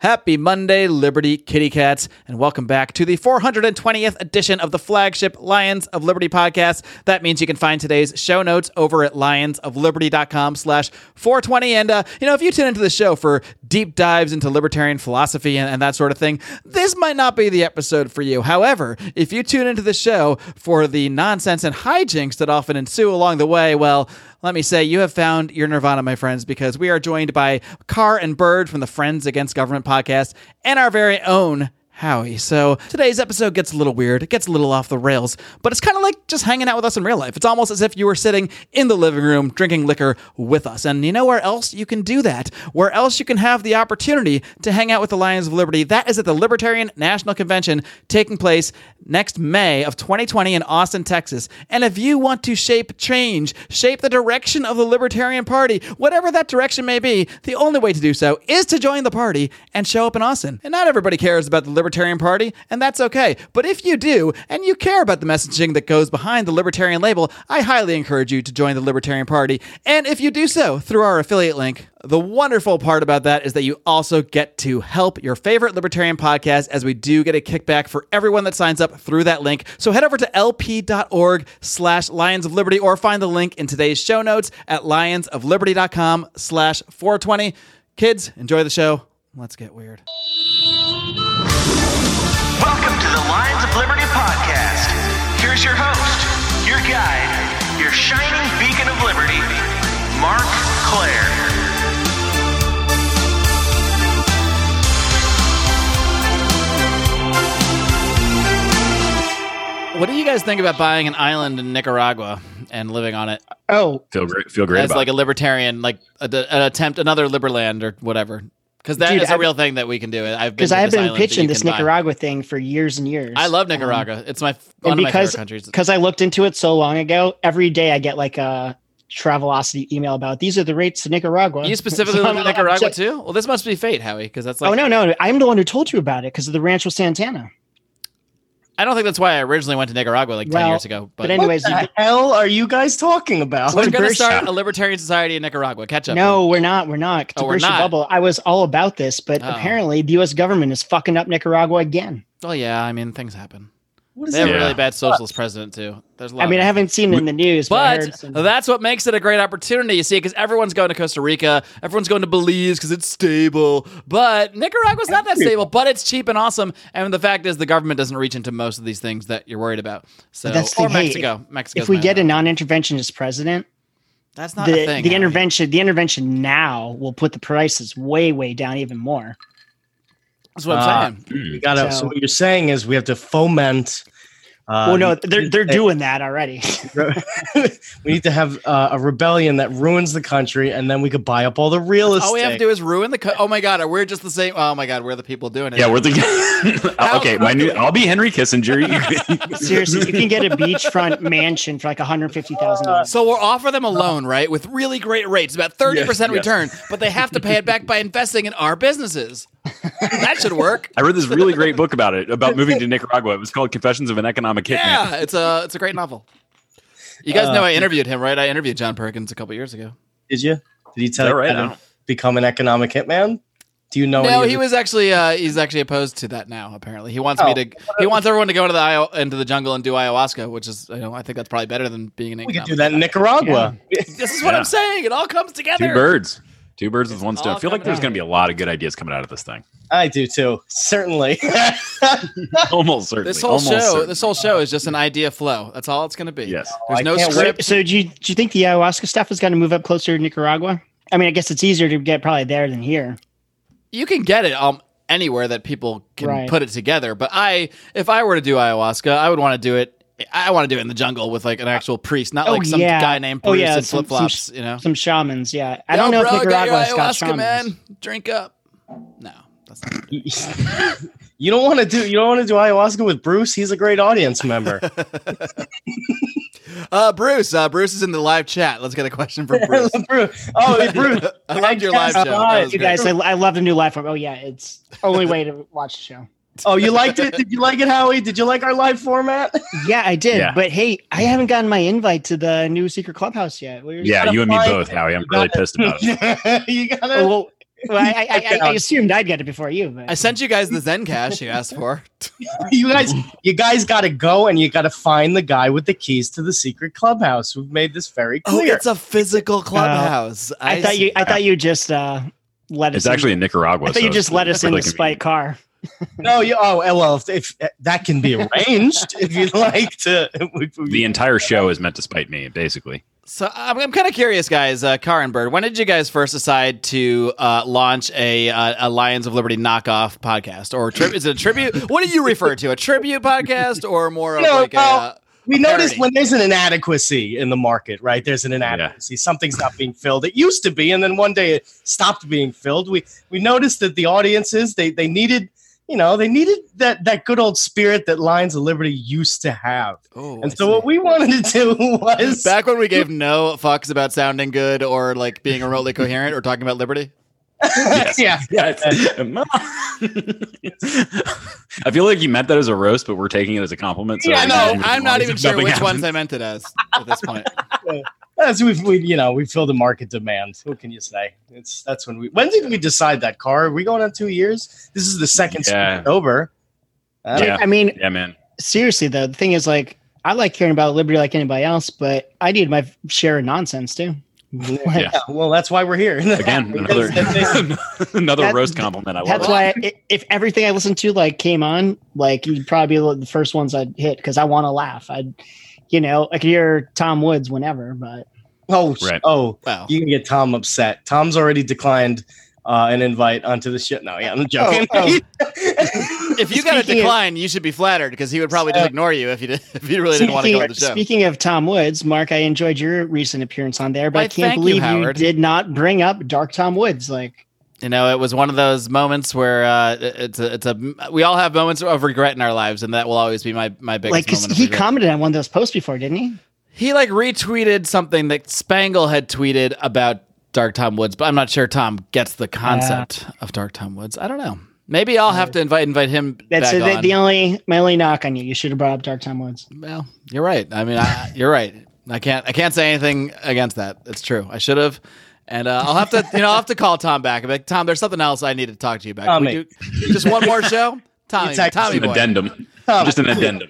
Happy Monday, Liberty Kitty Cats, and welcome back to the 420th edition of the flagship Lions of Liberty podcast. That means you can find today's show notes over at lionsofliberty.com slash 420. And, uh, you know, if you tune into the show for deep dives into libertarian philosophy and, and that sort of thing, this might not be the episode for you. However, if you tune into the show for the nonsense and hijinks that often ensue along the way, well, let me say you have found your nirvana, my friends, because we are joined by Carr and Bird from the Friends Against Government podcast and our very own Howie. So today's episode gets a little weird, it gets a little off the rails, but it's kind of like just hanging out with us in real life. It's almost as if you were sitting in the living room drinking liquor with us. And you know where else you can do that? Where else you can have the opportunity to hang out with the Lions of Liberty? That is at the Libertarian National Convention taking place next May of 2020 in Austin, Texas. And if you want to shape change, shape the direction of the Libertarian Party, whatever that direction may be, the only way to do so is to join the party and show up in Austin. And not everybody cares about the Libertarian Party, and that's okay. But if you do, and you care about the messaging that goes behind the Libertarian label, I highly encourage you to join the Libertarian Party. And if you do so through our affiliate link, the wonderful part about that is that you also get to help your favorite libertarian podcast as we do get a kickback for everyone that signs up through that link. So head over to lp.org slash lions of liberty or find the link in today's show notes at lionsofliberty.com slash 420. Kids, enjoy the show. Let's get weird. Welcome to the Lions of Liberty podcast. Here's your host, your guide, your shining beacon of liberty, Mark Claire. What do you guys think about buying an island in Nicaragua and living on it Oh, feel great feel great as about like it. a libertarian, like a, an attempt, another Liberland or whatever? Because that is Dude, a I've- real thing that we can do. I've because to I've this been island that you pitching this can buy. Nicaragua thing for years and years. I love Nicaragua. it's my one and of my favorite because countries. because I looked into it so long ago, every day I get like a Travelocity email about these are the rates to Nicaragua. You specifically So live in I'm like, Nicaragua check- too? Well, this must be fate, Howie, because that's like oh no, no, I'm the one who told you about it because of the Rancho Santana. I don't think that's why I originally went to Nicaragua like ten Well, years ago. But, But, anyways, what you, the hell are you guys talking about? we're going to Bersha. start a libertarian society in Nicaragua. Catch up. no, we're not, we're not. Oh, we're Tabasha not. Bubble. I was all about this, but Oh. apparently the U.S. government is fucking up Nicaragua again. Well, Oh, yeah. I mean, things happen. What is They have it? a Yeah. really bad socialist president too. There's a lot. I mean, of- I haven't seen it in the news, but, I heard But some- that's what makes it a great opportunity, you see, because everyone's going to Costa Rica, everyone's going to Belize because it's stable. But Nicaragua's not that stable, but it's cheap and awesome. And the fact is, the government doesn't reach into most of these things that you're worried about. So, But that's the or thing. Hey, Mexico, Mexico. if we get a non-interventionist president, that's not the, a thing. the Howie. intervention the intervention now will put the prices way way down even more That's what I'm Ah. saying. Mm. We gotta, so, So- what you're saying is we have to foment. Uh, well no they're they're they- doing that already we need to have uh, a rebellion that ruins the country, and then we could buy up all the real estate. All we have to do is ruin the. Co- oh my god, we're just the same. Oh my god, we're the people doing it. yeah we're the okay my new i'll be henry kissinger You- seriously you can get a beachfront mansion for like $150000 So we'll offer them a loan, right, with really great rates, about thirty percent Yes, yes. return, but they have to pay it back by investing in our businesses. That should work. i read this really great book about it about moving to nicaragua it was called confessions of an economic hitman Yeah, it's a it's a great novel. You guys know I interviewed him, right? I interviewed John Perkins a couple years ago. Did you? Did he tell Is you that right? how I to don't- become an economic hitman? Do you know? No, any of he the- was actually uh, he's actually opposed to that now. Apparently, he wants Oh. me to he wants everyone to go into the ayo- into the jungle and do ayahuasca, which is you know I think that's probably better than being an. We could economic do that in Nicaragua. This is what Yeah. I'm saying. It all comes together. two birds two birds with one It's stone all i feel like coming there's out. going to be a lot of good ideas coming out of this thing I do too. Certainly. almost certainly This whole almost show, certainly. this whole show is just an idea flow. That's all it's going to be. Yes. There's I no can't so, script. so do you do you think the ayahuasca stuff is going to move up closer to nicaragua i mean i guess it's easier to get probably there than here You can get it um anywhere that people can Right. put it together. But I, if I were to do ayahuasca, I would want to do it. I want to do it in the jungle with like an actual priest, not Oh, like some yeah. guy named Oh, Bruce yeah, in some- flip flops. You know. some shamans yeah i don't Yo, know bro, get if your nicaragua's got ayahuasca, shamans man. Drink up. No, that's not. good. you don't want to do. You don't want to do ayahuasca with Bruce. He's a great audience member. Uh, Bruce. Uh, Bruce is in the live chat. Let's get a question from Bruce. Bruce. Oh, hey, Bruce. I loved your live show. Podcast That live. was you great. guys I, I love the new life form oh yeah it's only way to watch the show Oh, you liked it? Did you like it, Howie? Did you like our live format? Yeah, I did. Yeah. But hey, I haven't gotten my invite to the new secret clubhouse yet. Where's- yeah gotta you and me find- both howie i'm you Oh, really gotta- pissed about it you gotta. Oh, well, Well, I, I, I, I assumed I'd get it before you, but I sent you guys the Zen cash you asked for. you guys, you guys got to go and you got to find the guy with the keys to the secret clubhouse. We've made this very Oh, clear. it's a physical clubhouse. Uh, I, thought you I thought you just uh, let us. It's actually in Nicaragua. I thought you just let us in really the spite car. no, you. Oh, well, if, if that can be arranged, if you'd like to. we- we- The entire show is meant to spite me, basically. So I'm, I'm kind of curious, guys. Uh, Car and Bird, when did you guys first decide to uh, launch a, uh, a Lions of Liberty knockoff podcast, or tri- is it a tribute? What do you refer to? A tribute podcast, or more of No, like well, a? we a noticed parody. when there's an inadequacy in the market, right? There's an inadequacy. Something's not being filled. It used to be, and then one day it stopped being filled. We we noticed that the audiences they they needed, you know, they needed that that good old spirit that Lions of Liberty used to have. Oh, And I so see. what we wanted to do was back when we gave no fucks about sounding good or like being remotely coherent or talking about liberty. yeah. Yeah. I feel like you meant that as a roast, but we're taking it as a compliment. So Yeah, no, I'm not even sure Nothing which happened. ones I meant it as at this point. As we, we, you know, we fill the market demand. What can you say? It's that's when we. When did we decide that car? Are we going on two years? This is the second Yeah. over. Yeah. I mean, Yeah, man. seriously though, the thing is like I like hearing about liberty like anybody else, but I need my share of nonsense too. Yeah. Well, that's why we're here Again, Because another, that they- another That- roast compliment. I love That's it. why i if everything I listened to like came on, like you'd probably be the first ones I'd hit because I want to laugh. I'd, you know, I could hear Tom Woods whenever, but Oh, sh- Right. oh, Wow. you can get Tom upset. Tom's already declined uh, an invite onto the shit. No, yeah, I'm joking. Oh, If you got a Speaking of- decline, you should be flattered because he would probably just ignore you if you did, if you really didn't want to go to the show. speaking of Tom Woods, Mark, I enjoyed your recent appearance on there, but Why, I can't thank you, believe you, Howard. did not bring up Dark Tom Woods. Like, You know, it was one of those moments where uh, it- it's a, it's a we all have moments of regret in our lives, and that will always be my my biggest. like 'cause moment of he regret. commented on one of those posts before, didn't he? he like retweeted something that Spangle had tweeted about Dark Tom Woods, but I'm not sure Tom gets the concept of Dark Tom Woods. I don't know. Maybe I'll have to invite invite him. back That's it, the, on. the only my only knock on you. You should have brought up Dark Tom Woods. Well, you're right. I mean, I, you're right. I can't. I can't say anything against that. It's true. I should have, and uh, I'll have to. You know, I'll have to call Tom back. I'm like, Tom, there's something else I need to talk to you about. Can we Tommy. do just one more show, Tommy. It's Tommy actually Just an boy. addendum. Tom. Just an addendum.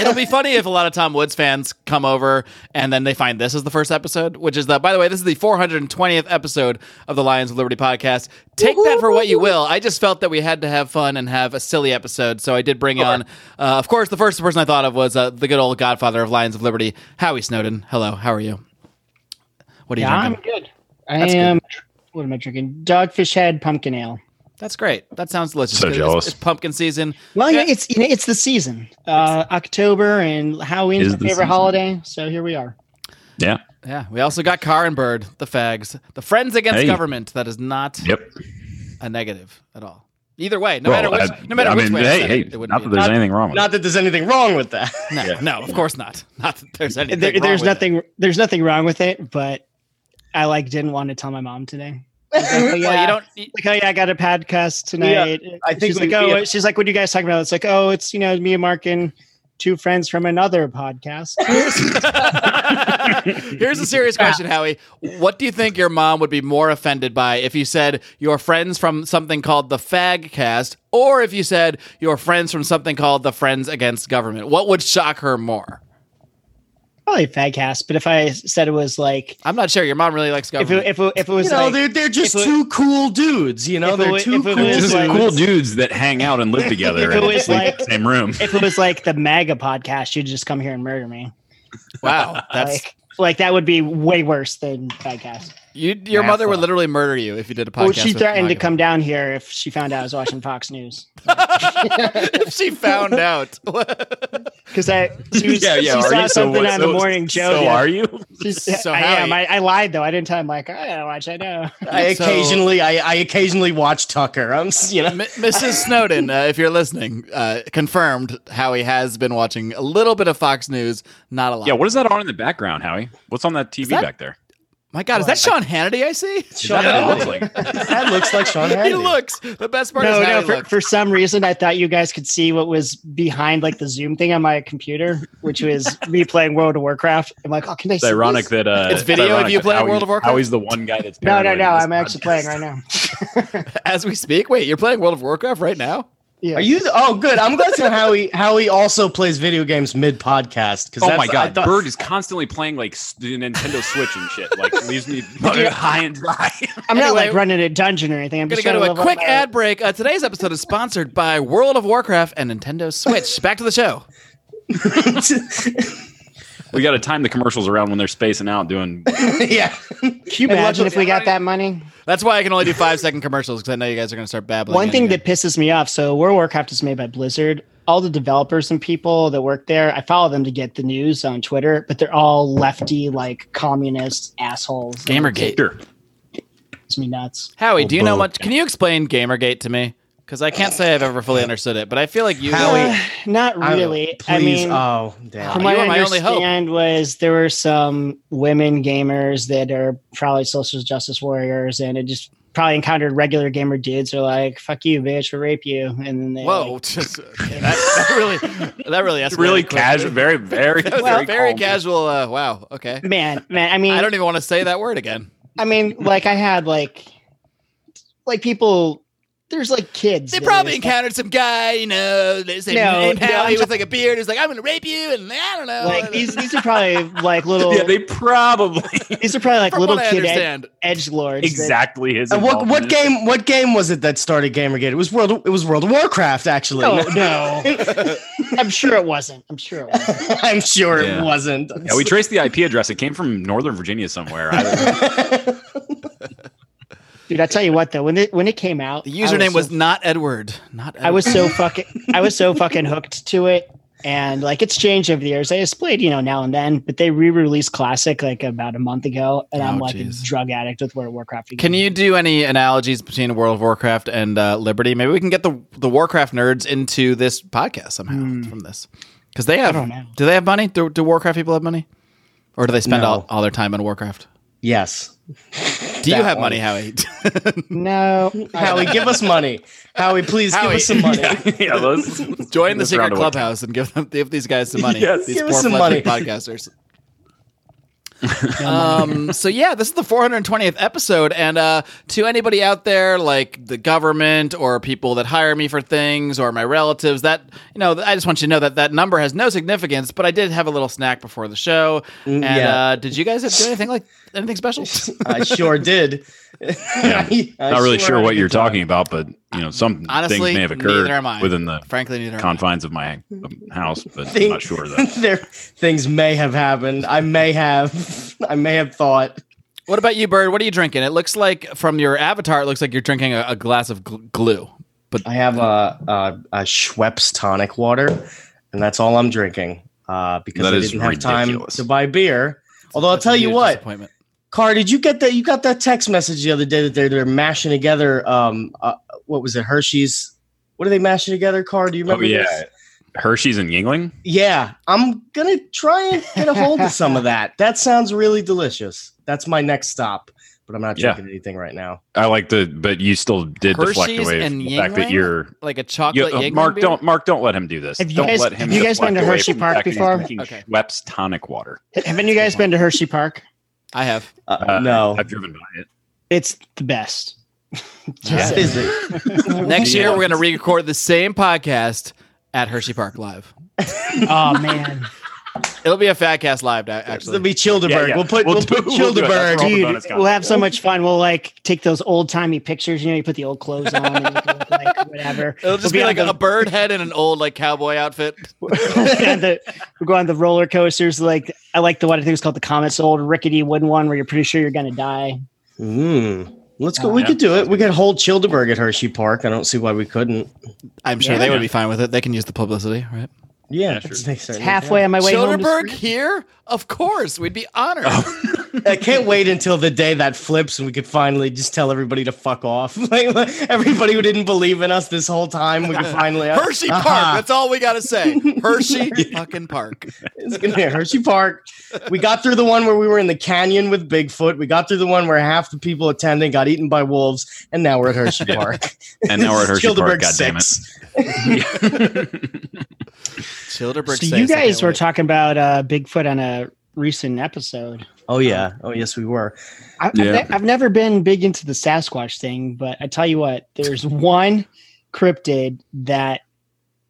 It'll be funny if a lot of Tom Woods fans come over and then they find this is the first episode, which is the. By the way, this is the 420th episode of the Lions of Liberty podcast. Take that for what you will. I just felt that we had to have fun and have a silly episode, so I did bring on. Uh, of course, the first person I thought of was uh, the good old Godfather of Lions of Liberty, Howie Snowden. Hello, how are you? What do you Yeah, I'm think? good. I That's am. What am I drinking? Dogfish Head pumpkin ale. That's great. That sounds delicious. So It's- jealous. It's, pumpkin season. Well, Yeah. yeah, it's you know, it's the season. Uh, October and Halloween's Is my the favorite season. holiday, so here we are. Yeah. Yeah, we also got Car and Bird, the fags, the friends against Hey. government. That is not Yep. a negative at all. Either way, no Well, matter I- which, no matter I which mean, way, I hey, said hey, it, it wouldn't not be that a- there's anything wrong with Not that there's anything wrong with that. no, no, of course not. Not that there's anything. There, wrong there's with it. nothing. There's nothing wrong with it, but I like didn't want to tell my mom today. Like, oh, Well, yeah. you don't. e- you- Like, oh yeah, I got a podcast tonight. I think she's we- like, oh, yeah. she's like, what are you guys talking about? It's like, oh, it's you know me and Mark and two friends from another podcast. Here's a serious question, Howie. What do you think your mom would be more offended by if you said your friends from something called the Fag Cast, or if you said your friends from something called the Friends Against Government? What would shock her more? Probably Fagcast, but if I said it was like, I'm not sure. Your mom really likes if it, government. if it, if it was You know, like, they're they're just if it- two cool dudes. You if know, it they're wa- two if it cool. was dudes. Just like- cool dudes that hang out and live together If it and was sleep in like- the same room. if it was like the MAGA podcast, you'd just come here and murder me. wow, that's Like, like that would be way worse than podcast. you. Your mother would Wow. literally murder you if you did a podcast. Well, she with threatened to Maggie. come down here if she found out I was watching Fox News if she found out. because I she, was, she are saw you? So something what- on so- the morning Joe. So the- are you? she- So I how am. you- I, I lied though. I didn't tell him like I don't watch. I know. I So- occasionally, I, I occasionally watch Tucker. I'm, s- you know, M- Mrs. Snowden, uh, if you're listening, uh, confirmed Howie has been watching a little bit of Fox News, not a lot. Yeah. What is that on in the background, Howie? What's on that TV that- back there? My God, is that Sean Hannity I see? Sean That's what it Hannity. looks like. That looks like Sean he Hannity. looks. The best part No, is how no. he For, looks. for some reason, I thought you guys could see what was behind like the Zoom thing on my computer, which was me playing World of Warcraft. I'm like, oh, can they? It's ironic that uh, It's video ironic of you that playing how World he- of Warcraft? How he's the one guy that's No, no, paranoid in no. this I'm actually podcast. playing right now. As we speak, wait, you're playing World of Warcraft right now? Yeah. Are you? Oh, good. I'm glad to know how he how he also plays video games mid podcast. Because Oh my god, I thought, Bird is constantly playing like s- the Nintendo Switch and shit. Like leaves me high and dry. I'm not Anyway, like running a dungeon or anything. I'm We're just going trying to go to level a up quick my- ad break. Uh, today's episode is sponsored by World of Warcraft and Nintendo Switch. Back to the show. we got to time the commercials around when they're spacing out doing. yeah. Can you imagine if we got that money? That's why I can only do five second commercials because I know you guys are going to start babbling. One thing anyway. that pisses me off. So World of Warcraft is made by Blizzard. All the developers and people that work there, I follow them to get the news on Twitter, but they're all lefty, like communist assholes. It Gamergate. Sure. drives me nuts. Howie, do you know Boom. much? Can you explain Gamergate to me? Because I can't say I've ever fully understood it, but I feel like you. Howie, Uh, Not I don't know. really. I, Please. uh, mean, oh, damn. from Uh, you what are I my only hope. understand was there were some women gamers that are probably social justice warriors, and it just probably encountered regular gamer dudes who are like, "Fuck you, bitch, we'll rape you," and then they Whoa, just, okay, that, that really, that really, It's really escalated quickly. casual, very, very, That was a very, very calm. casual. Uh, wow. Okay. like, man, man. I mean, I don't even want to say that word again. I mean, like I had like like people there's like kids. They that probably are just, encountered some guy, you know, they say No, named no, Howie I'm with like a beard. He's like, I'm going to rape you, and I don't know. like these these are probably like little Yeah, they probably these are probably like From little what I kid ed- understand, edge lords. exactly his. And Uh, what involvement what in it. game what game was it that started Gamergate? It was World it was World of Warcraft actually. Oh. No, Oh, no. I'm sure it wasn't. I'm sure it wasn't. I'm sure Yeah. it wasn't. Yeah, we traced the IP address. It came from Northern Virginia somewhere. I don't know. Dude, I tell you what though, when it when it came out, the I username was so, not Edward. Not Edward. I was so fucking I was so fucking hooked to it. And like it's changed over the years. I just played, you know, now and then, but they re-released classic like about a month ago, and I'm Oh, like jeez. a drug addict with World of Warcraft. Can you do any analogies between World of Warcraft and uh, Liberty? Maybe we can get the the Warcraft nerds into this podcast somehow Hmm. from this, because they have. don't know. Do they have money? Do, do Warcraft people have money, or do they spend No. all, all their time on Warcraft? yes. Do you That have one. money, Howie? No, Howie, give us money. Howie, please Howie. give us some money. yeah, let's- Join the Let's secret round it up. clubhouse and give them give these guys some money. Yes. these Give us some fledgling money. podcasters. um, so yeah, this is the 420th episode, and uh, to anybody out there, like the government or people that hire me for things or my relatives, that you know, I just want you to know that that number has no significance. But I did have a little snack before the show, and Mm, yeah. uh, did you guys do anything like anything special? I sure did. not really sure what you're talking about, but you know, some Honestly, things may have neither am I. occurred within the Frankly, neither. am I. confines of my um, house, but I'm Think- not sure though. there things may have happened. I may have I may have thought. What about you, Bird? What are you drinking? It looks like from your avatar, it looks like you're drinking a, a glass of gl- glue. But I have a, a, a Schweppes tonic water, and that's all I'm drinking uh, because That I is didn't have ridiculous. time to buy beer. Although I'll That's a tell you huge what, disappointment. Car, did you get that? You got that text message the other day that they're they're mashing together. Um, uh, what was it? Hershey's. What are they mashing together? Car, do you Oh remember? yeah, this? Hershey's and Yingling. Yeah, I'm gonna try and get a hold of some of that. That sounds really delicious. That's my next stop, but I'm not Yeah. drinking anything right now. I like the, but you still did deflect Hershey's away and from the fact that Yingling? you're. like a You, chocolate. uh, Jaeger Mark, beer? don't Mark, don't let him do this. Have you don't guys- let him. have you guys deflect been to away Hershey from the Park fact that he's before? drinking Okay. Schweppes tonic water. Haven't you guys been to Hershey Park? I have. Uh, Uh, no, I've driven by it. It's the best. Yes, Just is it? Next year, Yeah. we're going to re-record the same podcast at Hershey Park Live. saying. oh man, It'll be a Fatcast Live, a- It'll actually. be Childeberg. Yeah, yeah. We'll put We'll we'll, do- put we'll do it. That's Childeberg. All the dude, bonus content. we'll have so much fun. We'll like take those old timey pictures. You know, you put the old clothes on, and you can look like whatever. It'll just be We'll like on a bird head and an old like cowboy outfit. the, on the- we'll go on the roller coasters. Like I like the one I think it's called the Comets, the old rickety wooden one where you're pretty sure you're gonna die. Mm. Let's go. Uh, Oh, we yeah. could do it. We could hold Childeberg at Hershey Park. I don't see why we couldn't. I'm sure Yeah. they would be fine with it. They can use the publicity, right? Yeah, they certainly halfway on my way home. to Childerberg sleep. here? Of course, we'd be honored. Oh, can. I can't wait until the day that flips and we could finally just tell everybody to fuck off. like, like, everybody who didn't believe in us this whole time, we could finally uh, uh-huh. Hershey Uh-huh. Park. Aha. That's all we gotta say. Hershey fucking Park. It's gonna be at Hershey Park. We got through the one where we were in the canyon with Bigfoot. We got through the one where half the people attending got eaten by wolves, and now we're at Hershey Yeah. Park. And now we're at This is Hershey Park. Childeberg God damn it. six. Childerberg. So says, you I can't guys were wait. talking about uh, Bigfoot on a recent episode. Oh yeah. Oh yes, we were. I, I've Yeah. ne- I've never been big into the Sasquatch thing, but I tell you what, there's one cryptid that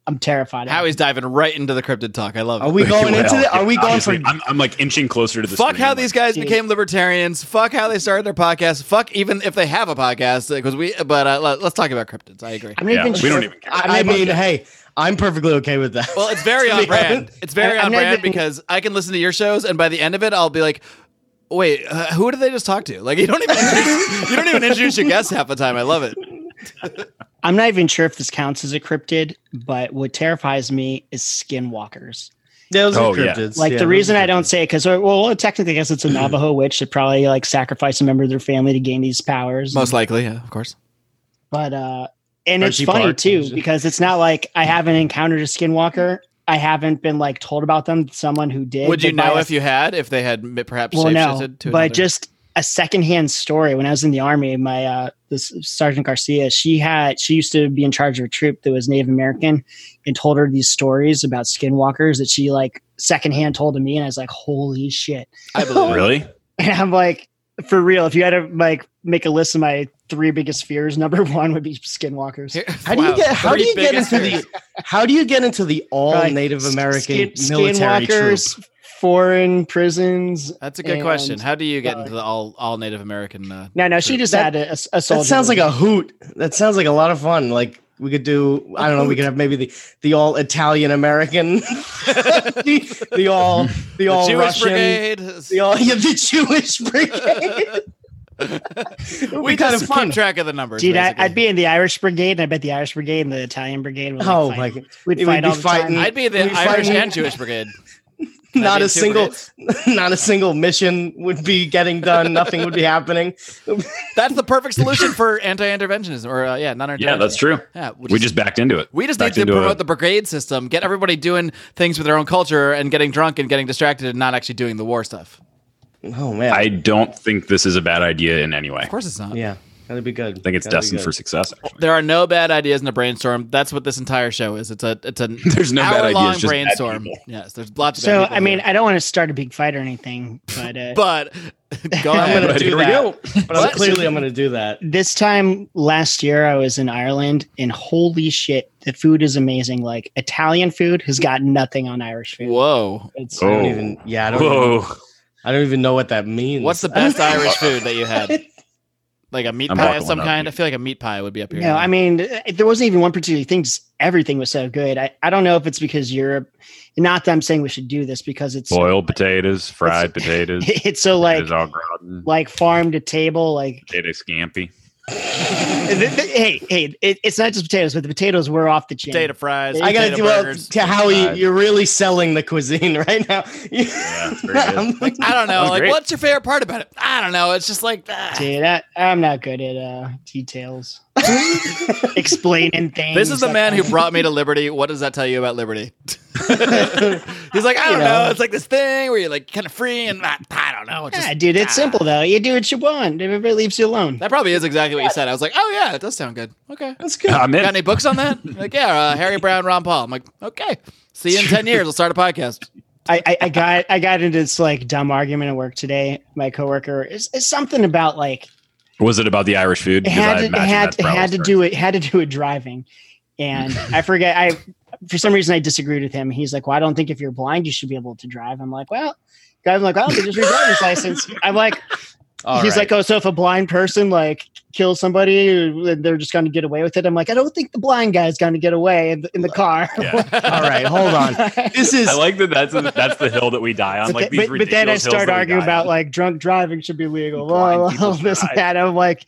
I'm terrified of. Howie's diving right into the cryptid talk. I love it. Are we going Well, into the? Are we going obviously, for? I'm, I'm like inching closer to the Fuck screen. how these guys Dude. became libertarians. Fuck how they started their podcast. Fuck even if they have a podcast because we. But uh, let, us talk about cryptids. I agree. I'm not Yeah, even we sure- don't even care. I, I mean, hey, I'm perfectly okay with that. Well, it's very To on be brand. honest. It's very I- I'm on not brand even- because I can listen to your shows, and by the end of it, I'll be like, "Wait, uh, who did they just talk to?" Like you don't even you don't even introduce your guests half the time. I love it. I'm not even sure if this counts as a cryptid, but what terrifies me is skinwalkers. Those are Oh, yeah. cryptids. Like Yeah, the those reason are I don't cryptids. say it because well, technically, I guess it's a Navajo witch that probably like sacrificed a member of their family to gain these powers. Most likely, yeah, of course. but uh, and Hershey it's funny Park. too because it's not like I haven't encountered a skinwalker. I haven't been like told about them. Someone who did. Would you but by know a if you had if they had m- perhaps well, no, shapeshifted but to another- just a secondhand story. When I was in the army, my uh, this Sergeant Garcia, she had she used to be in charge of a troop that was Native American, and told her these stories about skinwalkers that she like secondhand told to me, and I was like, holy shit! I believe. it. Really? And I'm like, for real, if you had to like make a list of my three biggest fears, number one would be skinwalkers. Here- How do Wow. you get? How do Three you get biggest into the? How do you get into the all Like, Native s- American skin- military troop? foreign prisons. That's a good And- question. How do you get uh, into the all all Native American? Uh, No, no, she just That- had a, a soldier. That sounds like a hoot. That sounds like a lot of fun. Like we could do. I I don't know. We could have maybe the the all Italian American, the, the all the all Jewish Russian, Brigade. the all yeah, the Jewish brigade. we kind just of keep fun. track of the numbers. Dude, I, basically. I'd be in the Irish brigade, and I bet the Irish brigade and the Italian brigade would. Like, Oh fight. my god! we'd It would fight be all the fighting- time. I'd be the We'd Irish find- and Jewish Brigade. I'd Not be in a two single, brigades. not a single mission would be getting done. Nothing would be happening. That's the perfect solution for anti-interventionism, or uh, yeah, non-interventionism. Yeah, that's true. Yeah, We just backed into it. we just need backed to into promote a- the brigade system, get everybody doing things with their own culture and getting drunk and getting distracted and not actually doing the war stuff. Oh man! I don't think this is a bad idea in any way. Of course, it's not. yeah, that'd be good. I think it's destined for success. actually. There are no bad ideas in a brainstorm. That's what this entire show is. It's a it's an There's no bad hour long ideas, just bad brainstorm. people. Yes, there's lots of. So bad people I mean, here. I don't want to start a big fight or anything, but uh, but go I'm ahead. gonna But do here we that. go. But I'm, clearly, I'm gonna do that. this time last year I was in Ireland, and holy shit, the food is amazing. Like Italian food has got nothing on Irish food. Whoa, It's, I don't Oh. even. Yeah, I don't. Even, Whoa. I don't even know what that means. what's the best Irish food that you had? Like a meat I'm pie walking of some one up kind. here. I feel like a meat pie would be up here. No, I mean th- there wasn't even one particular thing. Just everything was so good. I, I don't know if it's because Europe. Not that I'm saying we should do this because it's Boiled potatoes, fried potatoes. it's so like potatoes all gratin, like farm to table. Like potato scampi. th- th- hey hey, it, it's not just potatoes, but the potatoes were off the chain. potato fries. I gotta potato do well burgers. to Howie. Uh, you're really selling the cuisine right now. it's very good. I'm like, I don't know. was Like, great. what's your favorite part about it? I don't know. It's just like ah. Dude, I, I'm not good at uh, details. Explaining things. This is the like- man who brought me to liberty. What does that tell you about liberty? He's like, I You don't know. know. It's like this thing where you're like kind of free and ah, I don't know. It's just, Yeah, dude, it's ah. simple though. You do what you want. Everybody leaves you alone. That probably is exactly what you said. I was like, oh yeah, it does sound good. Okay. That's good. I'm Got in. any books on that? like, yeah, uh, Harry Brown, Ron Paul. I'm like, okay. See you in ten years. I'll start a podcast. I, I, I got I got into this like dumb argument at work today. My coworker is it's something about like Was it about the Irish it food? Because had I to, it imagine had that's it probably had to correct. do it had to do with driving, and I forget I for some reason I disagreed with him. He's like, "Well, I don't think if you're blind you should be able to drive." I'm like, "Well." I'm like, well, they just your driver's license. I'm like, All he's right. like, oh, so if a blind person like kills somebody, they're just going to get away with it. I'm like, I don't think the blind guy's going to get away in the, in the car. Yeah. all right, hold on. This is I like that. That's that's the hill that we die on. But, Like the- these but, but then I ridiculous hills start that we arguing die about on. like drunk driving should be legal. Blind Well, people this and drive. that. I'm like,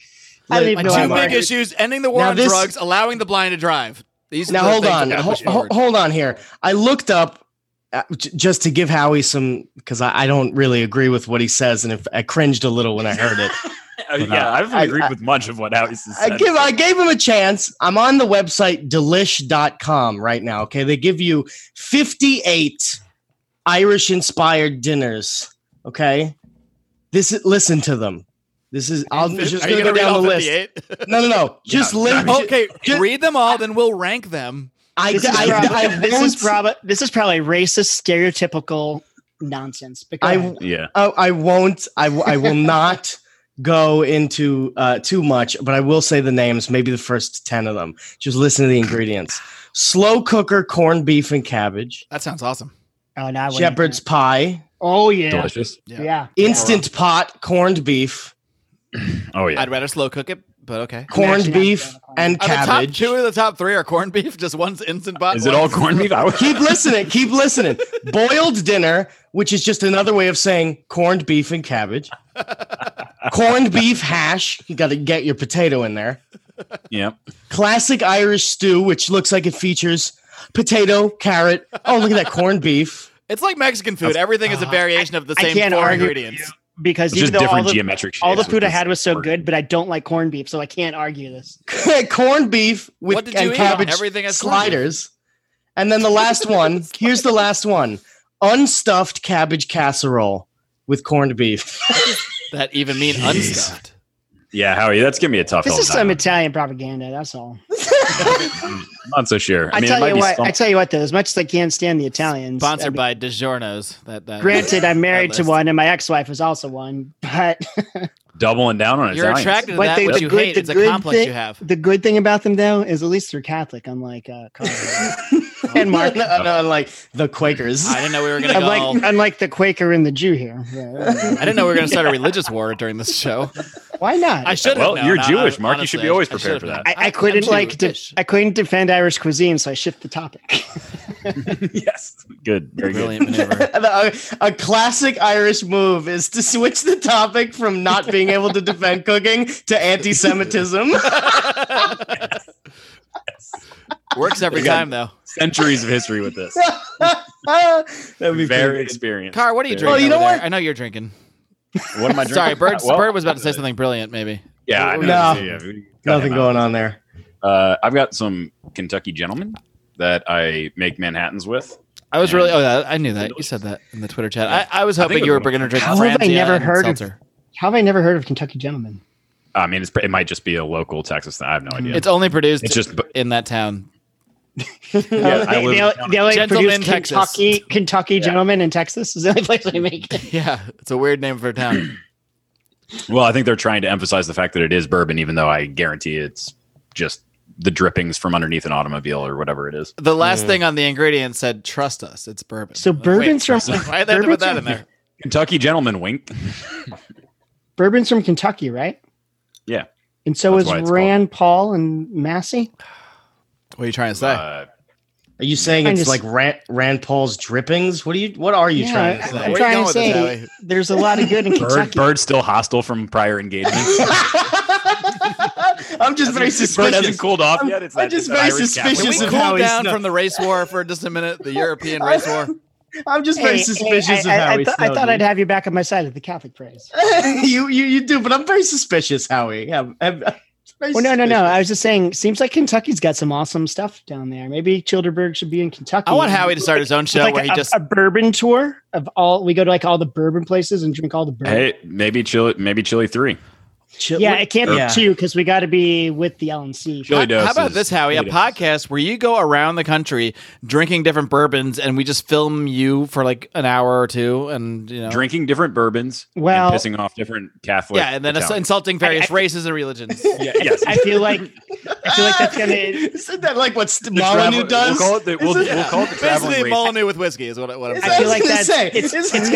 I don't Look, even My know. two I'm big arguing. issues: ending the war Now on this- drugs, allowing the blind to drive. These Now are the hold things on, that Ho- push ho- forward. hold on here. I looked up uh, j- just to give Howie some because I, I don't really agree with what he says, and if I cringed a little when I heard it. Oh, yeah, I haven't I- agreed I- with much of what Howie said. I give I gave him a chance. I'm on the website delish.com right now. Okay, they give you 58 Irish inspired dinners. Okay, this is listen to them. This is I'll Are just you gonna go read all down the list. 58? No, no, no. Just link. okay, ju- read them all, then we'll rank them. I, This I, is I, probably, I this, is won't. prob- this is probably racist, stereotypical nonsense. But go I- ahead. yeah. Oh, I won't. I, w- I will not go into uh, too much, but I will say the names, maybe the first 10 of them. Just listen to the ingredients slow cooker, corned beef, and cabbage, That sounds awesome. oh, no, I wouldn't. shepherd's pie, Oh yeah, Delicious. yeah. instant pot, corned beef, Oh yeah. I'd rather slow cook it, but okay. corned actually not beef, a fan of and Are the top cabbage. two of the top three are corned beef? Just one's instant pot. Is it all one's- corned beef? I would- Keep listening. Keep listening. Boiled dinner, which is just another way of saying corned beef and cabbage. corned beef hash. You got to get your potato in there. yeah. classic Irish stew, which looks like it features potato, carrot. Oh, look at that corned beef. It's like Mexican food. Everything is a Uh, variation of the I same can't four argue with ingredients. because It's even just though all different the, geometric all the shapes, food I which had is Oh, was so important. good, but I don't like corned beef, so I can't argue this. corned beef with What did and you eat? cabbage Everything has corned beef. sliders. And then the last one. here's the last one: unstuffed cabbage casserole with corned beef. That even mean Jeez. unstuffed. Yeah, Howie, that's giving me a tough. This all is time. some Italian propaganda. That's all. I'm not so sure. I, I mean, it tell might you be what. I something. tell you what, though, as much as I can't stand the Italians, I Sponsored mean, by DiGiorno's. That, that Granted, I'm married to list. one, and my ex-wife was also one. But doubling down on You're Italians. attracted to But that they- which the you good- hate. the It's a good complex thing- you have. the good thing about them, though, is at least they're Catholic. Unlike uh, Congress. and Mark. no, no, like the Quakers. I didn't know we were gonna go. unlike, all- unlike the Quaker and the Jew here. Yeah. I didn't know we were gonna start a religious war during this show. Why not? I should. Well, you're Jewish, Mark. You should be always prepared for that. I, I couldn't like de- I couldn't defend Irish cuisine, so I shift the topic. yes. Good. Very good. Brilliant maneuver. a, uh, a classic Irish move is to switch the topic from not being able to defend cooking to anti-Semitism. Works every Again. time though. Centuries of history with this. That'd be Very very. experienced. Car, what are you Very drinking? Well, you know over there? what? I know you're drinking. What am I drinking? Sorry, Bird. Well, uh, Bird was about to say something brilliant. Maybe. Yeah. I know. No. Yeah, yeah. Nothing going on there. Uh, I've got some Kentucky gentlemen that I make Manhattans with. I was really. Oh, yeah, I knew that. You said that in the Twitter chat. I, I was I think hoping it you were was going to drink. How have I Franzia never and heard of- seltzer. How have I never heard of Kentucky Gentlemen? I mean, it's, it might just be a local Texas thing. I have no idea. It's only produced. It's just- in that town. Yeah, I they, they, live in they, town. only Gentlemen, produce Texas. Kentucky Kentucky Gentlemen in Texas is the only place they make it. Yeah, it's a weird name for a town. Well, I think they're trying to emphasize the fact that it is bourbon, even though I guarantee it's just the drippings from underneath an automobile or whatever it is. The last thing on the ingredients said, "Trust us, it's bourbon." So I'm like, bourbon's wait, from- Why did they put bourbon's that from- in there? Kentucky gentleman wink. Bourbon's from Kentucky, right? Yeah. And so That's why is it's Rand Paul and Massey. What are you trying to say? Uh, Are you saying Trying it's to like Rand, Rand Paul's drippings? What are you? What are you Yeah, trying to I- say? Where I'm you trying going to with this, say Howie? there's a lot of good in bird, Kentucky. bird still hostile from prior engagements. I'm just very Bird suspicious. hasn't cooled off I'm- yet. It's I'm that- just that very Irish Catholic. Can we suspicious Wink. of cool how he's down not- from the race war for just a minute? The European race war. I'm just very suspicious I, of I, Howie. I, thought- I Snowden. thought I'd have you back on my side at the Catholic praise. you, you you do, but I'm very suspicious, Howie. I'm, I'm, I'm very Well, no, no, no. suspicious. I was just saying, seems like Kentucky's got some awesome stuff down there. Maybe Childerberg should be in Kentucky. I want Howie to start his own With show like where a, he just a bourbon tour of all. We go to like all the bourbon places and drink all the bourbon. Hey, maybe chili, maybe chili three. Chill- yeah, it can't Yeah. be two because we got to be with the LNC. Chili How- dose How about is- this, Howie? A chili dose. podcast where you go around the country drinking different bourbons, and we just film you for like an hour or two, and you know, drinking different bourbons, Well- and pissing off different Catholic. yeah, and then ins- Italians. insulting various I- I- races and religions. yeah, yes. I feel like I feel like that's gonna. Isn't that like what St- travel- Molyneux does? We'll call it the, we'll, Isn't- we'll call it the traveling Basically, race. Molyneux with whiskey is what, I- what I'm Is I saying. that- feel like I was that's gonna say, it's, it's- it's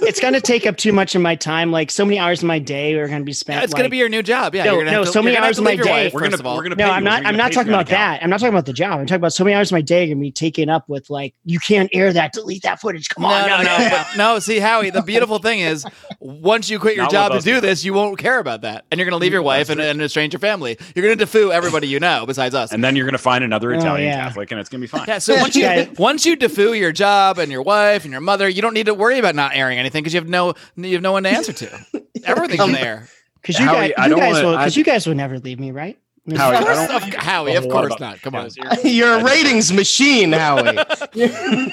gonna it's gonna take up too much of my time. Like so many hours of my day are gonna be spent. Yeah, it's going to like- be your new job. Yeah, No, you're gonna no, have to, so you're many gonna have hours to of my leave your day. Wife, We're gonna, first of all. we're gonna No, pay you. I'm We're not. gonna I'm pay not you talking an about account. that. I'm not talking about the job. I'm talking about so many hours of my day are gonna be taken up with like you can't air that. Delete that footage. Come on. no, no, no, but- no. See, Howie, the beautiful thing is, once you quit your Not job to with us, do this, you won't care about that, and you're going to leave your wife and, and estrange your family. You're going to defoo everybody you know besides us. And then you're going to find another Oh, Italian yeah. Catholic, and it's going to be fine. Yeah, so once Yeah. you once you defoo your job and your wife and your mother, you don't need to worry about not airing anything because you have no you have no one to answer to. Everything's on air. Because you, Howie, guys- I you don't guys wanna- will, because I- you guys will never leave me, right? Oh, Howie, I don't- Of- Howie, of whole lot course about- not. Come on, You're a ratings machine, Howie.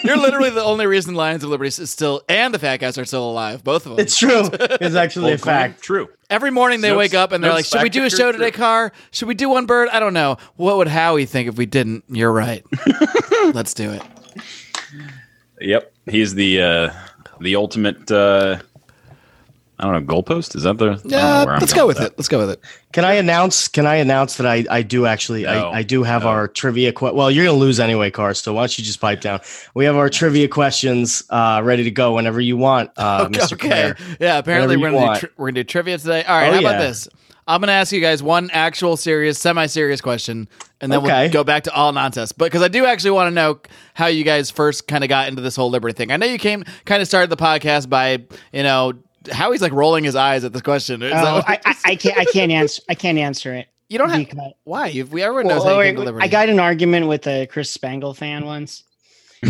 you're literally the only reason Lions of Liberty is still and the Fat Cats are still alive. Both of them. It's true. It's actually a Old coin, fact. True. Every morning they No- wake up and they're no like, "Should we factor do a show today, true. Car? Should we do one bird? I don't know. What would Howie think if we didn't? You're right. Let's do it." Yep. He's the uh, the ultimate. Uh, I don't know. Goalpost is that the? I don't know Yeah, Oh, where I'm let's going go with it. Let's go with it. Can I announce? Can I announce that I, I do actually No. I, I do have No. our trivia. Que- well, you're gonna lose anyway, Car. So why don't you just pipe down? We have our trivia questions uh, ready to go whenever you want, uh, Mr. Claire. Yeah, apparently Whatever we're you gonna want. do tri- we're gonna do trivia today. All right, Oh, how about yeah. this? I'm gonna ask you guys one actual serious, semi-serious question, and then Okay. we'll go back to all nonsense. But because I do actually want to know how you guys first kind of got into this whole liberty thing. I know you came kind of started the podcast by you know how he's like rolling his eyes at this question. Is Oh, that- I, I, I can't. I can't answer. I can't answer it. you don't have because- why? You've, we everyone knows Well, oh, how you wait, came to liberty. I got in an argument with a Chris Spangle fan once.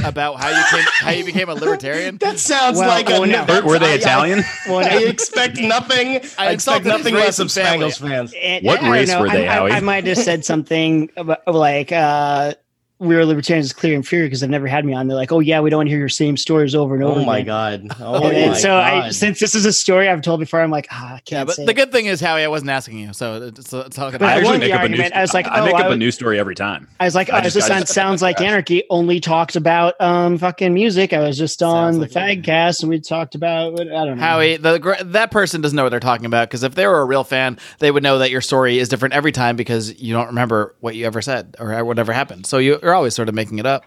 about how you came, how you became a libertarian. That sounds Well, like oh, a no. Were, were I- they I- Italian? Well, I I- expect nothing. I I expect insulted his nothing race less of and family. Spangles fans. and- What eh, I don't race know, were I- they, I, Howie? I, might have said something about, like uh, we were libertarians clear and fear because they've never had me on. They're like, oh yeah, we don't want to hear your same stories over and over. Oh my again. god! Oh And, and my so I, God. since this is a story I've told before, I'm like, ah, I Yeah, can't but say. the it." good thing is, Howie, I wasn't asking you, so it's, it's all good. But I actually won the make up a argument. new- I was like, I oh, make I up a would- new story every time. I was like, I oh, just- this I on just- sounds like anarchy. Only talked about um fucking music. I was just on Sounds the like it. fagcast and we talked about I don't know. Mm-hmm. Howie, the gr- that person doesn't know what they're talking about because if they were a real fan, they would know that your story is different every time because you don't remember what you ever said or whatever happened. So you, you're always sort of making it up.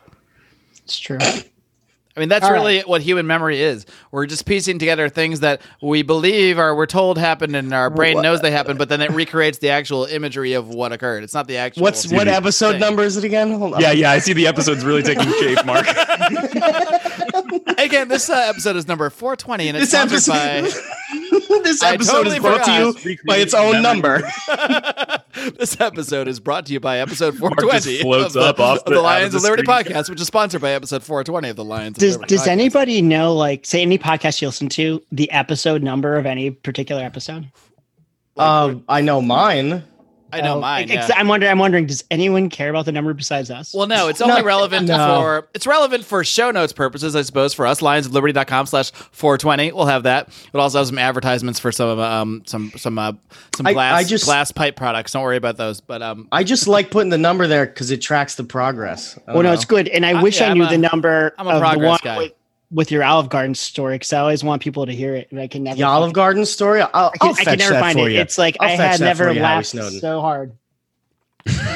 It's true. I mean, that's All really what human memory is. We're just piecing together things that we believe or we're told happened and our brain knows they happened, but then it recreates the actual imagery of what occurred. It's not the actual. what's what Dude. episode Thing. number is it again? Hold on. Yeah, yeah. I see the episode's really taking shape, Mark. Again, this uh, episode is number 420 and it's This sponsored by. episode- this I episode totally is brought forgot. to you by its own number. this episode is brought to you by episode just 420 floats of the, up off of the- the out of Lions the of Liberty screen. podcast, which is sponsored by episode 420 of the Lions. Does of Liberty does podcast. anybody know like say any podcast you listen to the episode number of any particular episode? Um, I know mine. I know Oh, mine. ex- yeah. I'm wondering. I'm wondering. Does anyone care about the number besides us? Well, no, it's only No, relevant no. for it's relevant for show notes purposes, I suppose. For us, lionsofliberty.com slash 420. We'll have that. We'll also have some advertisements for some um some some uh, some I- glass I just- glass pipe products. Don't worry about those. But um, I just like putting the number there because it tracks the progress. I well, don't Oh, no, know. it's good. And I I- wish yeah, I knew I'm a- the number I'm a of the progress one guy. with, with your Olive Garden story because I always want people to hear it, and I can never. the Olive Garden story. I'll, I'll I can, I fetch can never that find for it. you. It's like I'll i fetch had that for never you, Howie laughed Snowden. so hard. That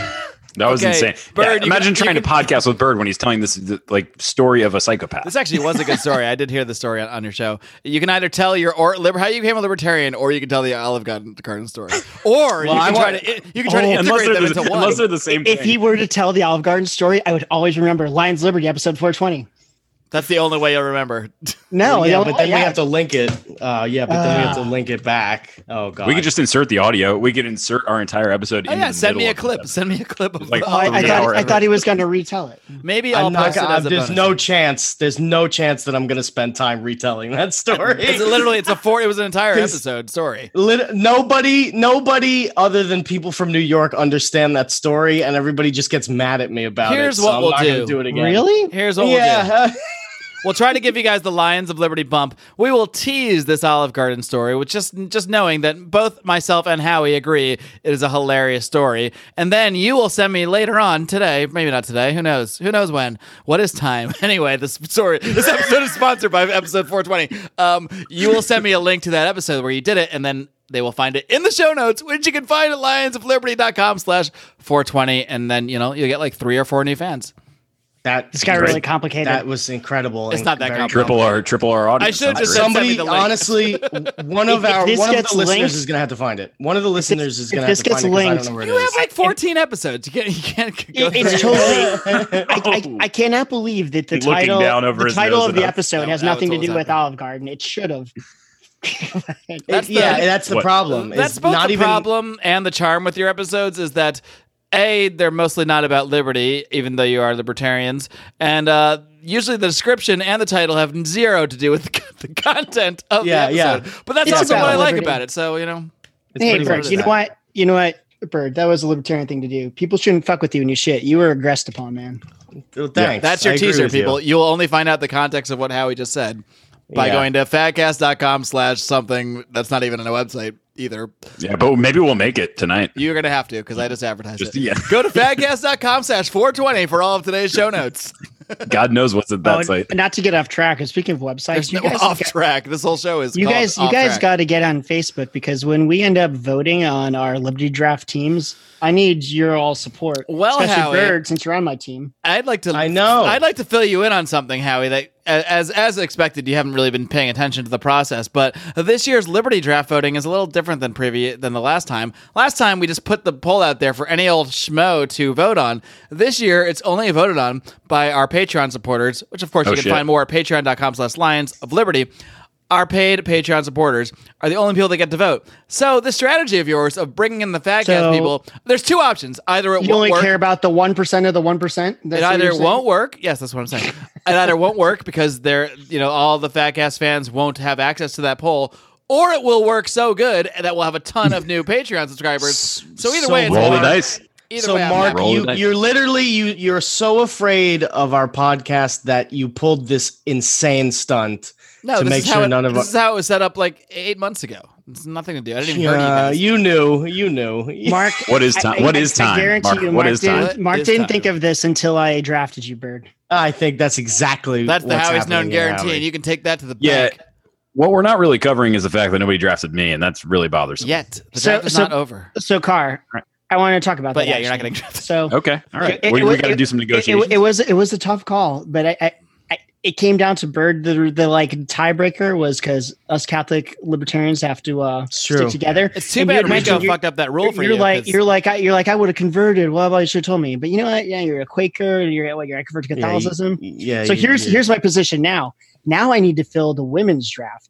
was Okay, insane. Bird, Yeah, you imagine could- you trying to could- podcast with Bird when he's telling this th- like story of a psychopath. This actually was a good story. I did hear the story on, on your show. You can either tell your or liber- how you became a libertarian, or you can tell the Olive Garden, Garden story, or you can I try want- to you can try to Oh, unless, integrate they're them the, into one. unless they're the same If thing. he were to tell the Olive Garden story, I would always remember Lions Liberty episode 420. That's the only way you'll remember. No, Oh, yeah, no, but then yeah. we have to link it. Uh, yeah, but then we have to link it back. Oh god, we could just insert the audio. We could insert our entire episode. Oh, into yeah, the send me a middle of clip. this Send me a clip of Like, the Oh, I, Olive I, Yeah, Garden. thought, or I thought he was going to retell it. Maybe I'll I'm not. post it Gonna, as a there's bonus. no chance. There's no chance that I'm gonna spend time retelling that story. It's literally it's a four. It was an entire 'Cause- episode. Sorry. Lit- nobody, nobody other than people from New York understand that story, and everybody just gets mad at me about Here's it. so what I'm we'll not do. Gonna do it again. Really? Here's what we'll do. Yeah. We'll try to give you guys the Lions of Liberty bump. We will tease this Olive Garden story with just just knowing that both myself and Howie agree it is a hilarious story. And then you will send me later on today, maybe not today, who knows? Who knows when? What is time? Anyway, this story this episode is sponsored by episode 420. Um, you will send me a link to that episode where you did it, and then they will find it in the show notes, which you can find at lionsofliberty.com slash 420, and then you know you'll get like three or four new fans. that This got really great. complicated. That was incredible. It's and not that very- complicated. triple our triple our audience. should've That's just great. said- send me Somebody, the link. honestly, one of If- if our this one of gets the listeners linked- is going to have to find it. One of the listeners if is going to have this to gets find it. 'cause I linked- don't know where You it have is. like 14 episodes. You can't you can't go It- through it's it. totally. I, I, I cannot believe that the Looking title, down over the his title nose of the at us. episode That- has that was nothing to what do was with happening. Olive Garden. It should have. That's the- yeah, that's the What? problem. That's It's both not the even problem and the charm with your episodes is that A, they're mostly not about liberty, even though you are libertarians. And uh, usually the description and the title have zero to do with the, con- the content of Yeah, the yeah. episode. But that's It's also what about I like liberty. about it. So, you know, It's Hey, pretty Bert, much Bird, you know that. what? You know what? Bird, that was a libertarian thing to do. People shouldn't fuck with you when you shit. You were aggressed upon, man. Oh, thanks. that's your I agree teaser, with you. people. You. will only find out the context of what Howie just said by Yeah. going to fadcast.com slash something that's not even on a website either. Yeah, but maybe we'll make it tonight. You're going to have to because I just advertised Just it. yeah. Go to fadcast.com slash 420 for all of today's show notes. God knows what's at Oh, that and- site. Not to get off track. And speaking of websites, There's you no- guys, off track. This whole show is you called guys, you Off guys Track. got to get on Facebook because when we end up voting on our Liberty Draft teams, I need your all support. Well, especially Howie. Bird, since you're on my team. I'd like to. I know. I'd like to fill you in on something, Howie. That as as expected, you haven't really been paying attention to the process. But this year's Liberty draft voting is a little different than previous than the last time. Last time we just put the poll out there for any old schmo to vote on. This year, it's only voted on by our Patreon supporters, which of course Oh, you can shit. find more at Patreon.com/slash Lions of Liberty. Our paid Patreon supporters are the only people that get to vote. So the strategy of yours of bringing in the fat So- people, there's two options. Either it You won't only work, care about the one percent of the one percent. it either won't work. Yes, that's what I'm saying. it either won't work because they're, you know, all the fat ass fans won't have access to that poll, or it will work so good that we'll have a ton of new Patreon subscribers. So either so way, it's Roll the hard. dice. Either So way, I'm Mark, happy. Roll the you, dice. you're literally you you're so afraid of our podcast that you pulled this insane stunt. no, to this make is how sure it, none of this us- is how it was set up like eight months ago. It's nothing to do. I didn't even hurt you Yeah, guys. you knew, you knew. Mark, What is time? What is I time? guarantee Mark, you, what Mark is time? didn't, Mark This didn't time. think of this until I drafted you, Bird. I think that's exactly That's the what's Howie's known happening here, guarantee, and Howie. you can take that to the Yeah. bank. What we're not really covering is the fact that nobody drafted me, and that's really bothersome. Yet the So- draft is so- not over. So, Carr, Right. I want to talk about But that. yeah, you're not actually. going to draft. So Okay. All right. It- we it we was- got to do some it, negotiations. it, it was it was a tough call, but I, I, I it came down to Bird. The the like tiebreaker was because us Catholic libertarians have to uh, It's stick true. together. It's too And you bad had Rico mentioned you- fucked up that rule You're, for you're you. like 'cause- you're like I, you're like I would have converted. Well, well, you should have told me. But you know what? Yeah, you're a Quaker. You're what? You're a convert to Yeah, you- Catholicism. Yeah. so you- here's you- here's my position now. Now I need to fill the women's draft,